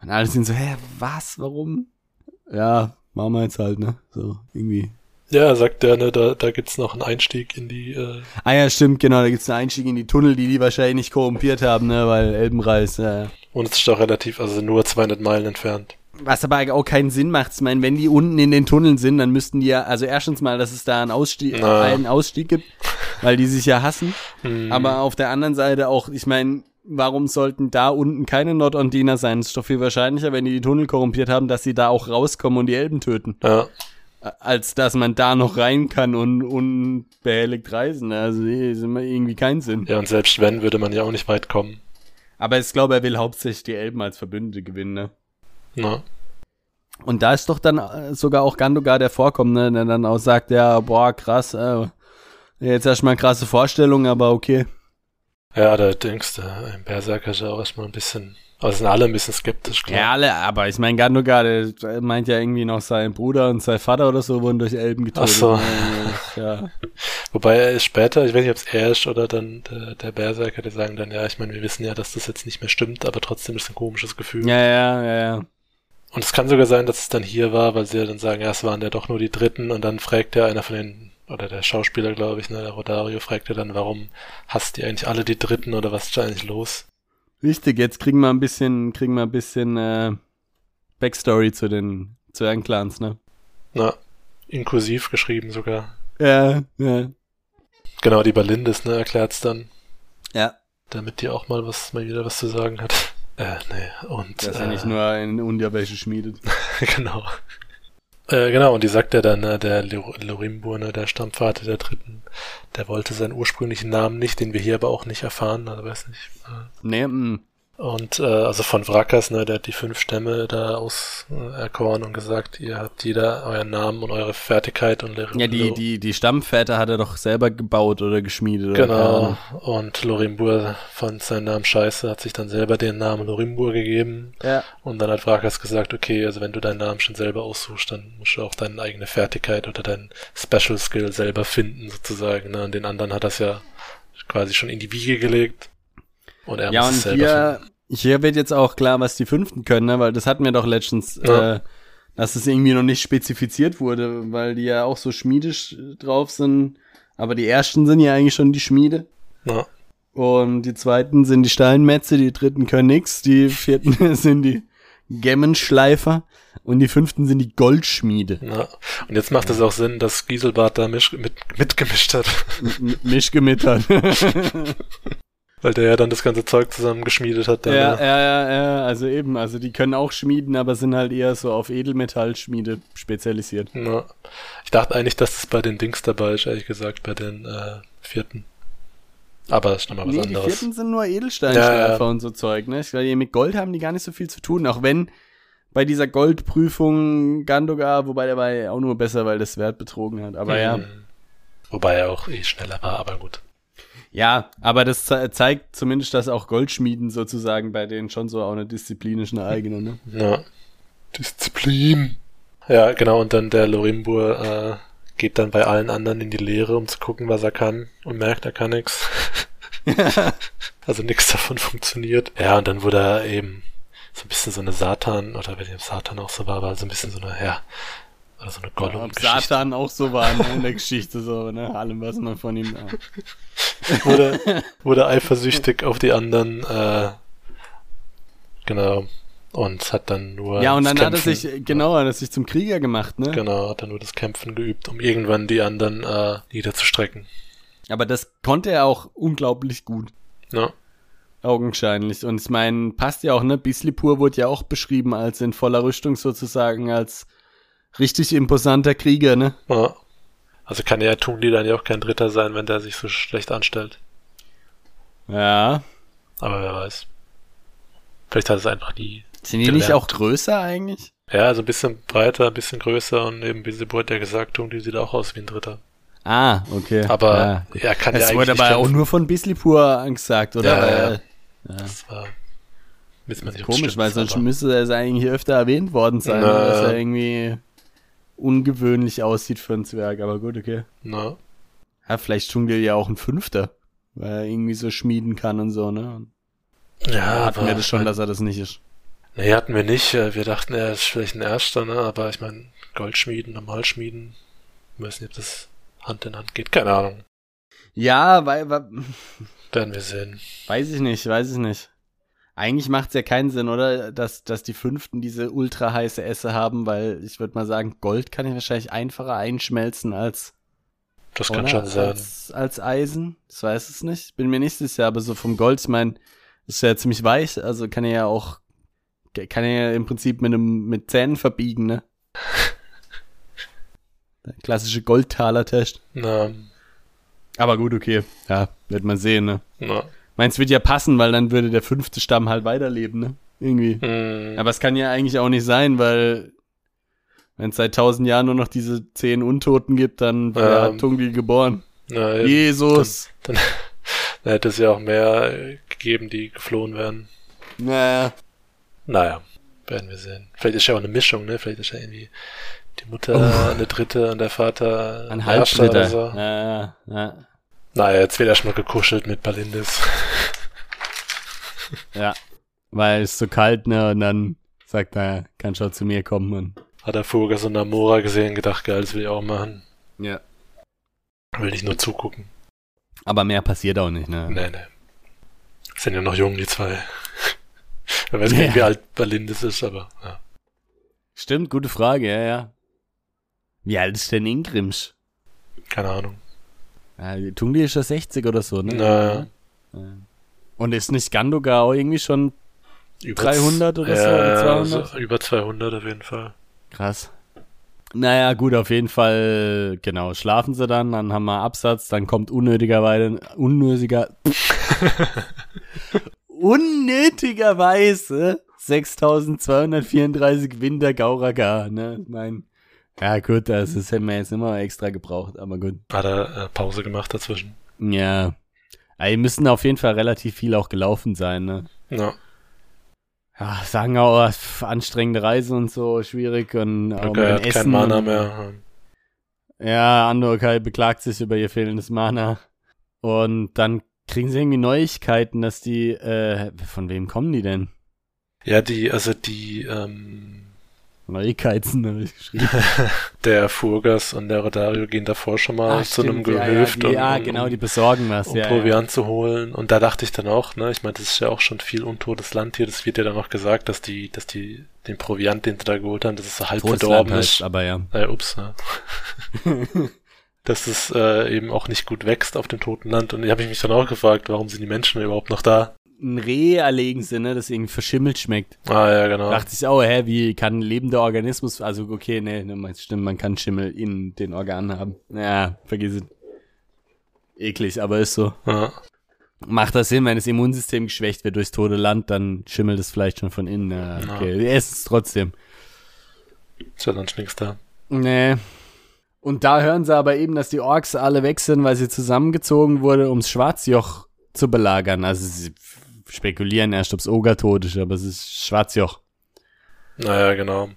Und alle sind so, hä, was, warum? Ja, machen wir jetzt halt, ne? So, irgendwie. Ja, sagt der, ne, da, da gibt's noch einen Einstieg in die, äh, Ah ja, stimmt, genau, da gibt's einen Einstieg in die Tunnel, die die wahrscheinlich nicht korrumpiert haben, ne, weil Elbenreis, äh, und es ist auch relativ, also nur 200 Meilen entfernt. Was aber auch keinen Sinn macht. Ich meine, wenn die unten in den Tunneln sind, dann müssten die ja, also erstens mal, dass es da einen Ausstieg, Na. einen Ausstieg gibt, weil die sich ja hassen. Mhm. Aber auf der anderen Seite auch, ich meine, warum sollten da unten keine Nordondiner sein? Es ist doch viel wahrscheinlicher, wenn die die Tunnel korrumpiert haben, dass sie da auch rauskommen und die Elben töten, Ja, äh, als dass man da noch rein kann und unbehelligt reisen. Also, nee, ist immer irgendwie keinen Sinn. ja, und selbst wenn, würde man ja auch nicht weit kommen. Aber ich glaube, er will hauptsächlich die Elben als Verbündete gewinnen, ne? Ne? Und da ist doch dann äh, sogar auch Gandogar der vorkommt, ne? der dann auch sagt, ja, boah, krass, äh, jetzt erstmal krasse Vorstellung, aber okay. Ja, da denkst du, ein Berserker ist ja auch erstmal ein bisschen, also sind alle ein bisschen skeptisch, Ja, klar. alle, aber ich meine, Gandogar, der äh, meint ja irgendwie noch, sein Bruder und sein Vater oder so wurden durch Elben getötet. Ach so. Ja, Wobei er ist später, ich weiß nicht, ob es er ist oder dann der, der Berserker, die sagen dann, ja, ich meine, wir wissen ja, dass das jetzt nicht mehr stimmt, aber trotzdem ist es ein komisches Gefühl. ja, ja, ja. ja. Und es kann sogar sein, dass es dann hier war, weil sie ja dann sagen, ja, es waren ja doch nur die Dritten und dann fragt ja einer von den, oder der Schauspieler, glaube ich, ne, der Rodario, fragt ja dann, warum hasst ihr eigentlich alle die Dritten oder was ist da eigentlich los? Richtig, jetzt kriegen wir ein bisschen, kriegen wir ein bisschen äh, Backstory zu den, zu den Clans, ne? Na, inklusiv geschrieben sogar. Ja, ja. Genau, die Berlindes, ne, erklärt's dann, Ja, damit die auch mal was, mal wieder was zu sagen hat. Äh, nee, und. dass äh, er nicht nur in Unterwäsche schmiedet. genau. Äh, genau, und die sagt ja dann, ne, der Lor- Lorimbur, ne, der Stammvater der Dritten, der wollte seinen ursprünglichen Namen nicht, den wir hier aber auch nicht erfahren, also weiß nicht. Nee, mm. Und äh, also von Wrackers, ne, der hat die fünf Stämme da auserkoren äh, erkoren und gesagt, ihr habt jeder euren Namen und eure Fertigkeit und Lor- Ja, die, Lor- die, die Stammväter hat er doch selber gebaut oder geschmiedet. Oder keine Genau. Ahnung. Und Lorimbur fand seinen Namen scheiße, hat sich dann selber den Namen Lorimbur gegeben. Ja. Und dann hat Wrackers gesagt, okay, also wenn du deinen Namen schon selber aussuchst, dann musst du auch deine eigene Fertigkeit oder deinen Special Skill selber finden, sozusagen. Ne? Und den anderen hat das ja quasi schon in die Wiege gelegt. Und er Ja, muss und es selber hier, finden. hier wird jetzt auch klar, was die Fünften können, ne? weil das hatten wir doch letztens, Ja. äh, dass es irgendwie noch nicht spezifiziert wurde, weil die ja auch so schmiedisch äh, drauf sind. Aber die Ersten sind ja eigentlich schon die Schmiede. Ja. Und die Zweiten sind die Steinmetze, die Dritten können nix, die Vierten sind die Gemmenschleifer und die Fünften sind die Goldschmiede. Ja. Und jetzt macht es auch Sinn, dass Gieselbart da misch, mit, mitgemischt hat, M- Mischgemittert. weil der ja dann das ganze Zeug zusammengeschmiedet hat. ne? Ja, Dann, ja. ja, ja, ja, also eben, also die können auch schmieden, aber sind halt eher so auf Edelmetallschmiede spezialisiert. Ja. Ich dachte eigentlich, dass das bei den Dings dabei ist, ehrlich gesagt, bei den äh, Vierten. Aber das ist nochmal Ah, was Nee, die anderes. vierten sind nur Edelsteinschleifer Ja, ja. und so Zeug, ne? Ich glaube, mit Gold haben die gar nicht so viel zu tun, auch wenn bei dieser Goldprüfung Gandogar, wobei der war ja auch nur besser, weil das Wert betrogen hat, aber ja. Mhm. Wobei er auch eh schneller war, aber gut. Ja, aber das ze zeigt zumindest, dass auch Goldschmieden sozusagen bei denen schon so auch eine Disziplin ist, eine eigene, ne? Ja. Disziplin. Ja, genau, und dann der Lorimbur äh, geht dann bei allen anderen in die Lehre, um zu gucken, was er kann und merkt, er kann nix. also nichts davon funktioniert. Ja, und dann wurde er eben so ein bisschen so eine Satan, oder wenn Satan auch so war, war so ein bisschen so eine, ja, oder so eine Ob Gollum-Geschichte. Satan auch so war ne, in der Geschichte, so, ne? Allem, was man von ihm. wurde, wurde eifersüchtig auf die anderen. Äh, genau. Und hat dann nur. Ja, und dann das hat er Kämpfen- sich, genau, hat er sich zum Krieger gemacht, ne? Genau, hat dann nur das Kämpfen geübt, um irgendwann die anderen äh, niederzustrecken. Aber das konnte er auch unglaublich gut. Ja. Augenscheinlich. Und ich meine, passt ja auch, ne? Bislipur wurde ja auch beschrieben als in voller Rüstung sozusagen, als richtig imposanter Krieger, ne? ja. Also kann ja Tungli dann ja auch kein Dritter sein, wenn der sich so schlecht anstellt. Ja. Aber wer weiß. Vielleicht hat es einfach die. Sind die Gelernt. nicht auch größer eigentlich? Ja, also ein bisschen breiter, ein bisschen größer und eben Bisebur hat ja gesagt, Tungli sieht auch aus wie ein Dritter. Ah, okay. Aber Ja. er kann ja Es eigentlich wurde nicht aber auch kämpfen. nur von Bislipur gesagt, oder? Ja, Weil- ja. Das war. Wissen wir nicht, ob's Komisch, stimmt, weil sonst aber- müsste es eigentlich öfter erwähnt worden sein, Na. dass er irgendwie ungewöhnlich aussieht für einen Zwerg, aber gut, okay. Na, Ja, vielleicht Dschungel ja auch ein Fünfter, weil er irgendwie so schmieden kann und so, ne? Und ja, hatten aber wir das schon, ich dass er das nicht ist. mein, Nee, hatten wir nicht. Äh, Wir dachten, er ist vielleicht ein Erster, ne? Aber ich meine, Goldschmieden, Normalschmieden. Wir wissen nicht, ob das Hand in Hand geht. Keine Ahnung. Ja, weil, weil, Werden wir sehen. weiß ich nicht, weiß ich nicht. Eigentlich macht es ja keinen Sinn, oder? Dass, dass die Fünften diese ultra heiße Esse haben, weil ich würde mal sagen, Gold kann ich wahrscheinlich einfacher einschmelzen als Das kann Oder? schon sein. Als, als Eisen, ich weiß es nicht. Bin mir nicht sicher, aber so vom Gold, ich meine, ist ja ziemlich weich, also kann er ja auch, kann er ja im Prinzip mit, einem, mit Zähnen verbiegen, ne? Der klassische Goldtaler-Test. Na, Aber gut, okay. Ja, wird man sehen, ne? na. Meins wird ja passen, weil dann würde der fünfte Stamm halt weiterleben, ne? Irgendwie. Hm, Aber es kann ja eigentlich auch nicht sein, weil wenn es seit tausend Jahren nur noch diese zehn Untoten gibt, dann wäre Ähm. hat Tungli geboren. na, eben. Jesus. Dann, dann hätte es ja auch mehr äh, gegeben, die geflohen wären. Naja. Naja, werden wir sehen. Vielleicht ist ja auch eine Mischung, ne? Vielleicht ist ja irgendwie die Mutter eine dritte und der Vater Oh. Ein erster Halbliter. so. Ja, ja, ja. Naja, jetzt wird erstmal gekuschelt mit Balindis. ja. Weil es so kalt, ne? Und dann sagt er, kann schon zu mir kommen. Und Hat er Furgas und Namora gesehen, gedacht, geil, das will ich auch machen. ja. Will nicht nur zugucken. Aber mehr passiert auch nicht, ne? Nee, nee. Sind ja noch jung, die zwei. Wer weiß gar Ja. nicht, wie alt Balindis ist, aber ja. Stimmt, gute Frage, ja, ja. Wie alt ist denn Ingrimsch? keine Ahnung. Ja, Tungli ist ja 60 oder so, ne? Naja. Ja. Und ist nicht Gandogar auch irgendwie schon Über 300 oder so, oder 200? so über 200 auf jeden Fall. Krass. Naja, gut, auf jeden Fall, genau, schlafen sie dann, dann haben wir Absatz, dann kommt unnötigerweise, unnötiger, unnötigerweise 6234 Winter Gauraga, ne, ich mein, ja gut, das, das hätten wir jetzt immer extra gebraucht, aber gut, Hat er äh, Pause gemacht dazwischen. ja, aber die müssen auf jeden Fall relativ viel auch gelaufen sein, ne. Ja, Ja, sagen auch, pff, anstrengende Reise und so, schwierig und auch mit Luca dem hat keinen Essen Mana und- mehr. Ja, Andorkai beklagt sich über ihr fehlendes Mana. Und dann kriegen sie irgendwie Neuigkeiten, dass die, äh, von wem kommen die denn? Ja, die, also die, ähm, Neuigkeiten, habe ich geschrieben. der Furgas und der Rodario gehen davor schon mal Ach, zu einem Ah, stimmt, ja, Gehöft ja, die, und ja, und- genau, die besorgen was, um ja. ja. Proviant zu holen. Und da dachte ich dann auch, ne, ich meine, das ist ja auch schon viel untotes Land hier. Das wird ja dann auch gesagt, dass die, dass die den Proviant, den sie da geholt haben, dass es so halb Totes Land verdorben heißt, ist. halt, aber ja. Äh, ups, ne. dass es äh, eben auch nicht gut wächst auf dem toten Land. Und da habe ich mich dann auch gefragt, warum sind die Menschen überhaupt noch da? Ein Reh erlegen sie, ne, das irgendwie verschimmelt schmeckt. Ah ja, genau. Dachte ich auch, hä, wie kann ein lebender Organismus, also okay, ne, ne, stimmt, man kann Schimmel in den Organen haben. Ja, vergiss es. Eklig, aber ist so. Ja. Macht das Sinn, wenn das Immunsystem geschwächt wird durchs tote Land, dann schimmelt es vielleicht schon von innen. Ja, Ja. okay, wir essen es trotzdem. Ist ja sonst nichts da. Nee. Und da hören sie aber eben, dass die Orks alle weg sind, weil sie zusammengezogen wurde, ums Schwarzjoch zu belagern. Also sie f- spekulieren erst, ob's Oger tot ist, aber es ist Schwarzjoch. Naja, genau.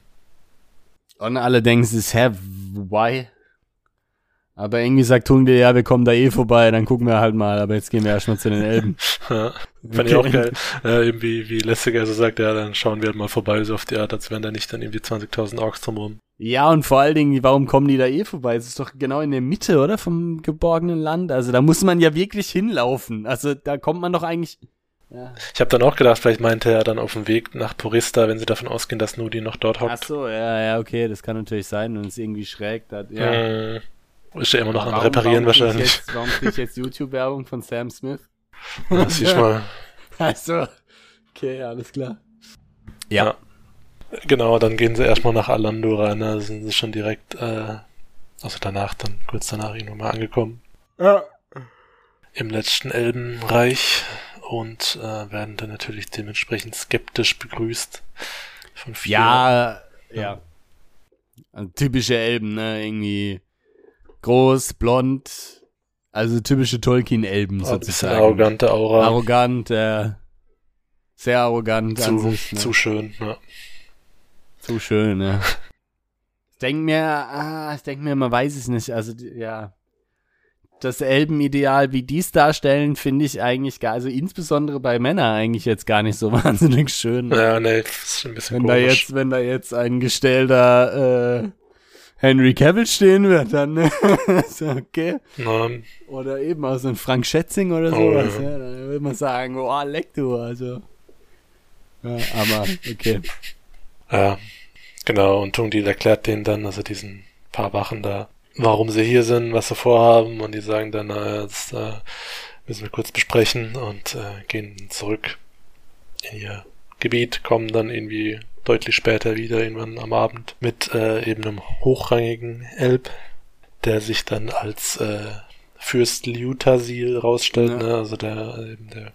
Und alle denken, es ist, hä, why? Aber irgendwie sagt Hunde, ja, wir kommen da eh vorbei, dann gucken wir halt mal, aber jetzt gehen wir erstmal zu den Elben. Ja, fand ich auch geil. Äh, eben wie, wie Lessiger so sagt, ja, dann schauen wir halt mal vorbei, so auf die Art, als wären da nicht dann irgendwie 20.000 Orks drumherum. Ja, und vor allen Dingen, warum kommen die da eh vorbei? Es ist doch genau in der Mitte, oder? Vom geborgenen Land. Also da muss man ja wirklich hinlaufen. Also da kommt man doch eigentlich. Ja. Ich habe dann auch gedacht, vielleicht meinte er dann auf dem Weg nach Purista, wenn sie davon ausgehen, dass Nudi noch dort hockt. Ach so, ja, ja, okay, das kann natürlich sein und es irgendwie schräg. Da, ja. Äh, ist ja immer noch am Reparieren warum krieg ich wahrscheinlich. Jetzt, warum krieg ich jetzt YouTube-Werbung von Sam Smith? Ja, siehst du mal. Also, okay, alles klar. Ja. Genau, dann gehen sie erstmal nach Alando rein, da sind sie schon direkt, äh, also danach, dann kurz danach irgendwo mal angekommen. Ja. Im letzten Elbenreich und äh, werden dann natürlich dementsprechend skeptisch begrüßt von vielen. Ja, ja. Also typische Elben, ne? Irgendwie groß, blond. Also typische Tolkien-Elben ein bisschen sozusagen. arrogante Aura, Arrogant, äh, sehr arrogant an zu, sich. Ne? zu schön. Ja. Zu schön, ja. Ich denke mir, ah, ich denke mir, man weiß es nicht. Also, die- ja. Das Elbenideal, wie die es darstellen, finde ich eigentlich gar, also insbesondere bei Männern eigentlich jetzt gar nicht so wahnsinnig schön. ja, nee, ist ein bisschen wenn da komisch. jetzt, wenn da jetzt ein gestellter äh, Henry Cavill stehen wird, dann ne? ist ja okay. Na, Oder eben aus einem Frank Schätzing oder Oh, sowas, ja. ja. Dann würde man sagen, oh, leck du, also. Ja, aber okay. Ja, genau. Und Tungdil erklärt denen dann, also diesen paar Wachen da, warum sie hier sind, was sie vorhaben. Und die sagen dann, naja, das äh, müssen wir kurz besprechen und äh, gehen zurück in ihr Gebiet, kommen dann irgendwie deutlich später wieder, irgendwann am Abend, mit äh, eben einem hochrangigen Elb, der sich dann als äh, Fürst Liutasil rausstellt, Ja. ne? also der, eben der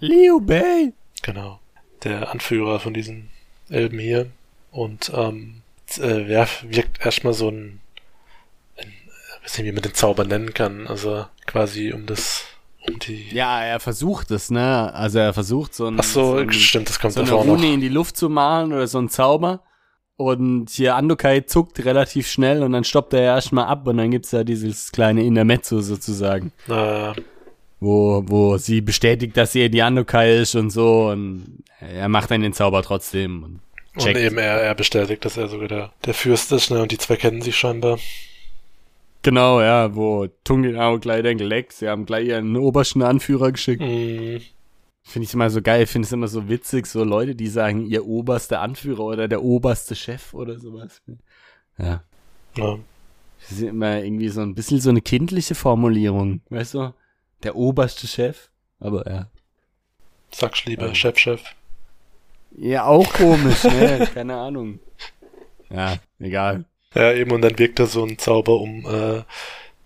Liu Bei! Genau. Der Anführer von diesen Elben hier. Und ähm, z- äh, wer wirkt erstmal so ein, ein ich weiß nicht, wie man den Zauber nennen kann. Also quasi um das, um die. Ja, er versucht es, ne? Also er versucht so ein, Ach so, so, ein, so stimmt, das kommt eine davor noch. Rune in die Luft zu malen oder so ein Zauber. Und hier Andokai zuckt relativ schnell und dann stoppt er erstmal ab und dann gibt's ja dieses kleine Intermezzo sozusagen, Äh, wo, wo sie bestätigt, dass sie die Andokai ist und so und er macht dann den Zauber trotzdem. Und und Checkt. eben er, er bestätigt, dass er sogar der, der Fürst ist, ne? Und die zwei kennen sich scheinbar. genau, ja, wo Tungin auch gleich denkt, Lex, sie haben gleich ihren obersten Anführer geschickt. Mm, Finde ich immer so geil, finde es immer so witzig, so Leute, die sagen, ihr oberster Anführer oder der oberste Chef oder sowas. Ja. ja. Das ist immer irgendwie so ein bisschen so eine kindliche Formulierung, weißt du? Der oberste Chef. Aber ja. Sag's lieber, Ja. Chef, Chef. Ja, auch komisch, ne? Keine Ahnung. Ja, egal. Ja, eben, und dann wirkt da so ein Zauber, um äh,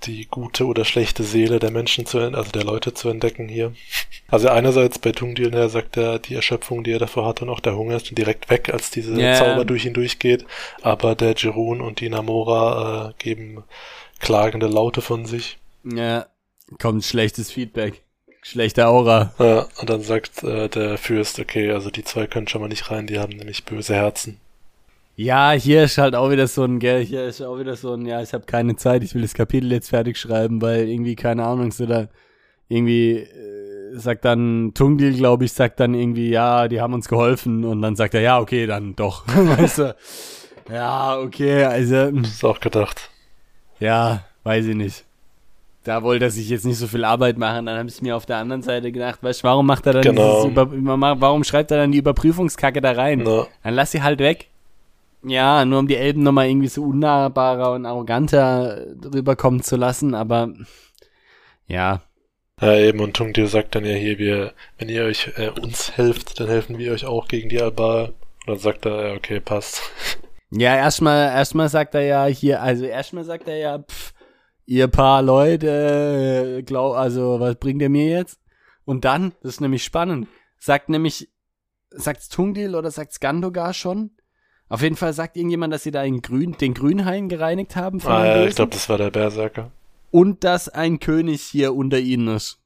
die gute oder schlechte Seele der Menschen zu, en- also der Leute zu entdecken hier. Also einerseits bei Tungdil, der sagt er, die Erschöpfung, die er davor hatte und auch der Hunger ist schon direkt weg, als dieser Ja. Zauber durch ihn durchgeht. Aber der Jerun und die Namora äh, geben klagende Laute von sich. Ja, kommt schlechtes Feedback. Schlechte Aura. Ja, und dann sagt äh, der Fürst, okay, also die zwei können schon mal nicht rein, die haben nämlich böse Herzen. Ja, hier ist halt auch wieder so ein, gell, hier ist auch wieder so ein, ja, ich habe keine Zeit, ich will das Kapitel jetzt fertig schreiben, weil irgendwie, keine Ahnung, so da irgendwie äh, sagt dann Tungdil, glaube ich, sagt dann irgendwie, ja, die haben uns geholfen und dann sagt er, ja, okay, dann doch. weißt du? Ja, okay, also, mm, Das ist auch gedacht. ja, weiß ich nicht. Da wollte er sich jetzt nicht so viel Arbeit machen, dann habe ich mir auf der anderen Seite gedacht, weißt du, warum macht er dann Genau. dieses Über warum schreibt er dann die Überprüfungskacke da rein? Na, Dann lass sie halt weg. Ja, nur um die Elben nochmal irgendwie so unnahbarer und arroganter rüberkommen zu lassen, aber ja. Ja, eben, und Tungdil sagt dann ja hier, wir, wenn ihr euch äh, uns helft, dann helfen wir euch auch gegen die Alba. Und dann sagt er, ja, okay, passt. Ja, erstmal erstmal sagt er ja hier, also erstmal sagt er ja, pff, ihr paar Leute, äh, glaub, also was bringt ihr mir jetzt? Und dann, das ist nämlich spannend, sagt nämlich, sagt's Tungdil oder sagt's Gandogar schon? Auf jeden Fall sagt irgendjemand, dass sie da in Grün, den Grünhain gereinigt haben von ah, den ja, Bösen. ich glaube, das war der Berserker. und dass ein König hier unter ihnen ist.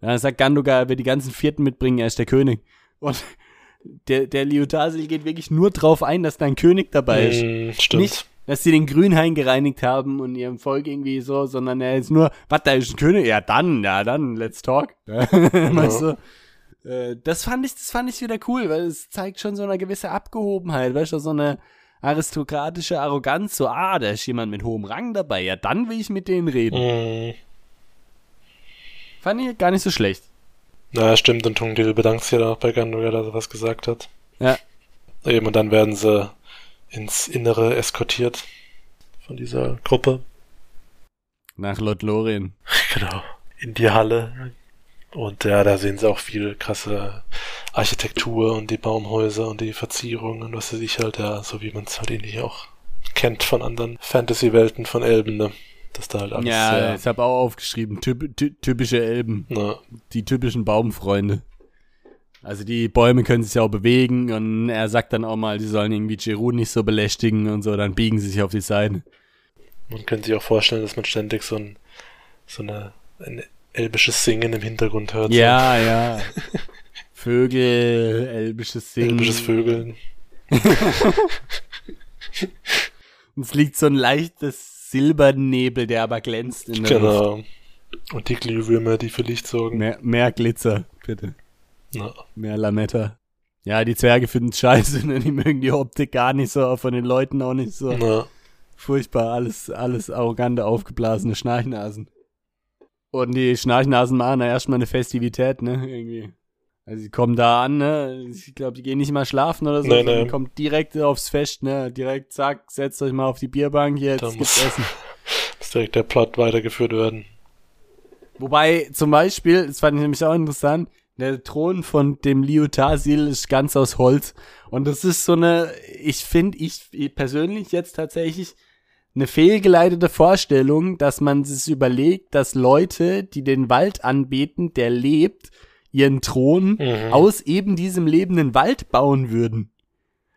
Dann sagt Gandogar, er wird die ganzen Vierten mitbringen, er ist der König. Und der, der Liutasil geht wirklich nur drauf ein, dass da ein König dabei ist. Hm, stimmt. Nicht, dass sie den Grünhain gereinigt haben und ihrem Volk irgendwie so, sondern er ist nur, was, da ist ein König? Ja, dann, ja, dann, let's talk. weißt du? Äh, Das fand ich, das fand ich wieder cool, weil es zeigt schon so eine gewisse Abgehobenheit, weißt du, so eine aristokratische Arroganz, so, ah, da ist jemand mit hohem Rang dabei, ja, dann will ich mit denen reden. Mhm. Fand ich gar nicht so schlecht. Na, stimmt, und Tungdil bedankt sich ja dann auch bei Gandoga, dass er was gesagt hat. Ja. Eben, und dann werden sie ins Innere eskortiert von dieser Gruppe. Nach Lord Lorien. Genau. In die Halle. Und ja, da sehen sie auch viel krasse Architektur und die Baumhäuser und die Verzierungen und was weiß ich halt, ja, so wie man es halt ähnlich auch kennt von anderen Fantasy-Welten von Elben, ne? Dass da halt alles Ja, sehr, äh, ich habe auch aufgeschrieben, typ, ty, typische Elben, ne, die typischen Baumfreunde. Also die Bäume können sich ja auch bewegen und er sagt dann auch mal, die sollen irgendwie Jeru nicht so belästigen und so, dann biegen sie sich auf die Seiten. Man könnte sich auch vorstellen, dass man ständig so ein, so eine, ein elbisches Singen im Hintergrund hört. Ja, ja. Vögel, elbisches so Singen. elbisches Vögeln. Uns liegt so ein leichtes Silbernebel, der aber glänzt in der Luft. Genau. Und die Glühwürmer, die für Licht sorgen. Mehr, mehr Glitzer, bitte. Na, Mehr Lametta. Ja, die Zwerge finden scheiße, ne? die mögen die Optik gar nicht so, von den Leuten auch nicht so. na, Furchtbar, alles, alles arrogante, aufgeblasene Schnarchnasen. Und die Schnarchnasen machen da erstmal eine Festivität, ne? Irgendwie. Also sie kommen da an, ne? Ich glaube, die gehen nicht mal schlafen oder so. Nee, sondern nee. Kommt direkt aufs Fest, ne? Direkt, zack, setzt euch mal auf die Bierbank hier, Da jetzt gibt's muss- Essen. muss direkt der Plot weitergeführt werden. Wobei zum Beispiel, das fand ich nämlich auch interessant, der Thron von dem Liotasil ist ganz aus Holz. Und das ist so eine, ich finde, ich persönlich jetzt tatsächlich eine fehlgeleitete Vorstellung, dass man sich überlegt, dass Leute, die den Wald anbeten, der lebt, ihren Thron Mhm. aus eben diesem lebenden Wald bauen würden.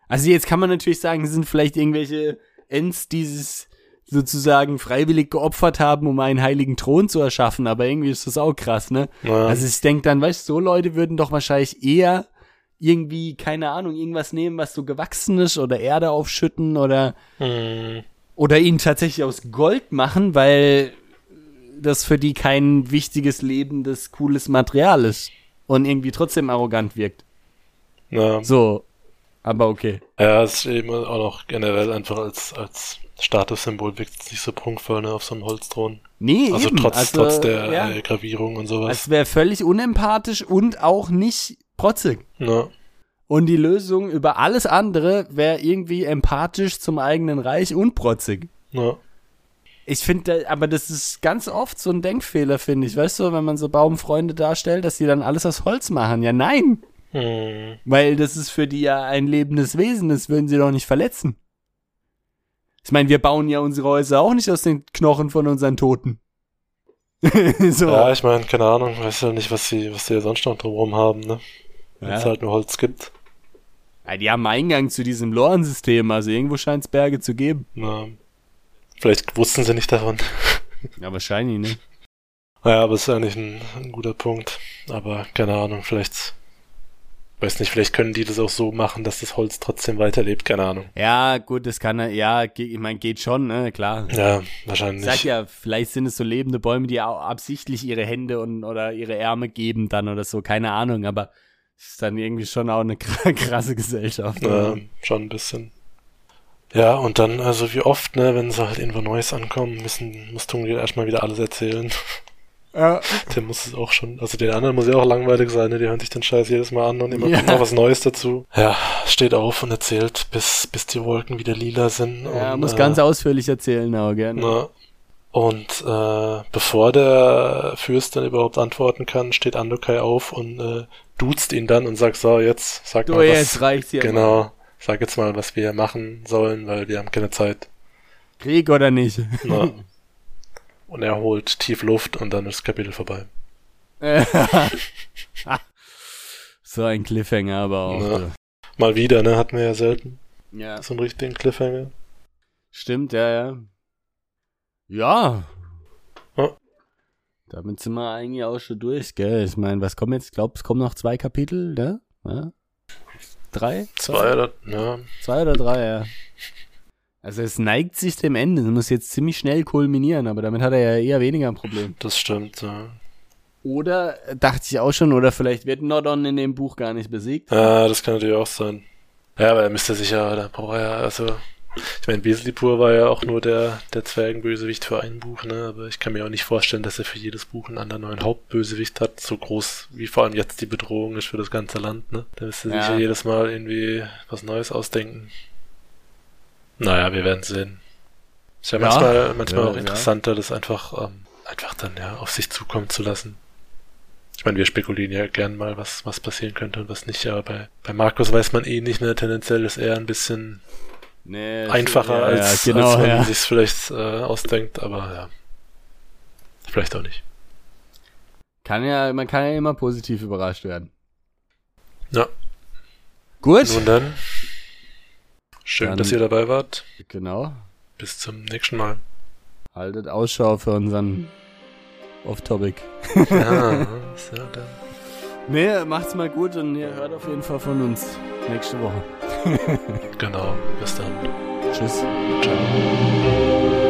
Also jetzt kann man natürlich sagen, es sind vielleicht irgendwelche Ents, die es sozusagen freiwillig geopfert haben, um einen heiligen Thron zu erschaffen, aber irgendwie ist das auch krass, ne? Na, Also ich denke dann, weißt du, so Leute würden doch wahrscheinlich eher irgendwie, keine Ahnung, irgendwas nehmen, was so gewachsen ist oder Erde aufschütten oder mh, oder ihn tatsächlich aus Gold machen, weil das für die kein wichtiges, lebendes, cooles Material ist und irgendwie trotzdem arrogant wirkt. na, So, aber okay. Ja, es ist eben auch noch generell einfach als, als Statussymbol wirkt es nicht so prunkvoll ne, auf so einem Holzthron. Nee, Also eben. trotz, also, trotz der ja, äh, Gravierung und sowas. Es wäre völlig unempathisch und auch nicht protzig. ne? Und die Lösung über alles andere wäre irgendwie empathisch zum eigenen Reich und protzig. ne? Ich finde, aber das ist ganz oft so ein Denkfehler, finde ich. Weißt du, wenn man so Baumfreunde darstellt, dass die dann alles aus Holz machen. Ja, nein. Hm, Weil das ist für die ja ein lebendes Wesen, das würden sie doch nicht verletzen. Ich meine, wir bauen ja unsere Häuser auch nicht aus den Knochen von unseren Toten. so. Ja, ich meine, keine Ahnung, weiß ja nicht, was sie, was sie ja sonst noch drumherum haben, ne? Wenn es Ja. halt nur Holz gibt. Ja, Ah, die haben Eingang zu diesem Lorensystem, also irgendwo scheint es Berge zu geben. Ne? Vielleicht wussten sie nicht davon. Ja, wahrscheinlich, ne? Naja, aber ist eigentlich ein, ein guter Punkt. Aber keine Ahnung, vielleicht. Weiß nicht, vielleicht können die das auch so machen, dass das Holz trotzdem weiterlebt, keine Ahnung. Ja, gut, das kann er, ja, ge- ich meine, geht schon, ne, klar. Ja, Ich wahrscheinlich. sag ja, vielleicht sind es so lebende Bäume, die au- absichtlich ihre Hände und oder ihre Ärme geben dann oder so, keine Ahnung, aber es ist dann irgendwie schon auch eine kr- krasse Gesellschaft. Ja, Äh, schon ein bisschen. Ja, und dann, also wie oft, ne, wenn sie halt irgendwo Neues ankommen, müssen, muss Tungil erstmal wieder alles erzählen. Ja. Der muss es auch schon, also den anderen muss ja auch langweilig sein, ne, die hören sich den Scheiß jedes Mal an und immer Ja. kommt noch was Neues dazu. Ja, steht auf und erzählt, bis, bis die Wolken wieder lila sind. Ja, und, muss äh, ganz ausführlich erzählen, aber gerne. ne, und äh, bevor der Fürst dann überhaupt antworten kann, steht Andokai auf und äh, duzt ihn dann und sagt, so, jetzt sag Du, mal was. jetzt reicht's hier. Genau. Sag jetzt mal, was wir machen sollen, weil wir haben keine Zeit. Krieg oder nicht? Na. und er holt tief Luft und dann ist das Kapitel vorbei. so ein Cliffhanger aber auch. Ja. du. Mal wieder, ne? Hatten wir ja selten Ja. so einen richtigen Cliffhanger. Stimmt, ja, ja. Ja. Ja. Damit sind wir eigentlich auch schon durch, gell? Ich meine, was kommt jetzt? Ich glaube, es kommen noch zwei Kapitel, ne? Ja? Drei? Zwei oder, ja. Zwei oder drei, ja. Also es neigt sich dem Ende. Es muss jetzt ziemlich schnell kulminieren, aber damit hat er ja eher weniger ein Problem. Das stimmt, ja. Oder äh, dachte ich auch schon, oder vielleicht wird Nordon in dem Buch gar nicht besiegt. Ah, das kann natürlich auch sein. Ja, aber er müsste sich ja, da braucht er ja, also, ich meine, Wesleypur war ja auch nur der, der Zwergenbösewicht für ein Buch, ne, aber ich kann mir auch nicht vorstellen, dass er für jedes Buch einen anderen neuen Hauptbösewicht hat, so groß wie vor allem jetzt die Bedrohung ist für das ganze Land, ne. Da müsste sich Ja. ja jedes Mal irgendwie was Neues ausdenken. Naja, wir werden sehen. Ist ja, Ja. manchmal, manchmal Äh, Ja, auch ja. interessanter, das einfach, ähm, einfach dann ja auf sich zukommen zu lassen. Ich meine, wir spekulieren ja gern mal, was, was passieren könnte und was nicht, aber bei, bei Markus weiß man eh nicht, ne? Tendenziell ist er ein bisschen Nee, einfacher, ja, als, ja, genau, als man ja. sich's vielleicht äh, ausdenkt, aber ja. Vielleicht auch nicht. Kann ja, man kann ja immer positiv überrascht werden. Ja. Gut. Nun dann, schön, Dann- dass ihr dabei wart. Genau. Bis zum nächsten Mal. Haltet Ausschau für unseren Off-Topic. Ja, so, dann. Nee, macht's mal gut und ihr hört auf jeden Fall von uns nächste Woche. Genau, bis dann. Tschüss. Ciao.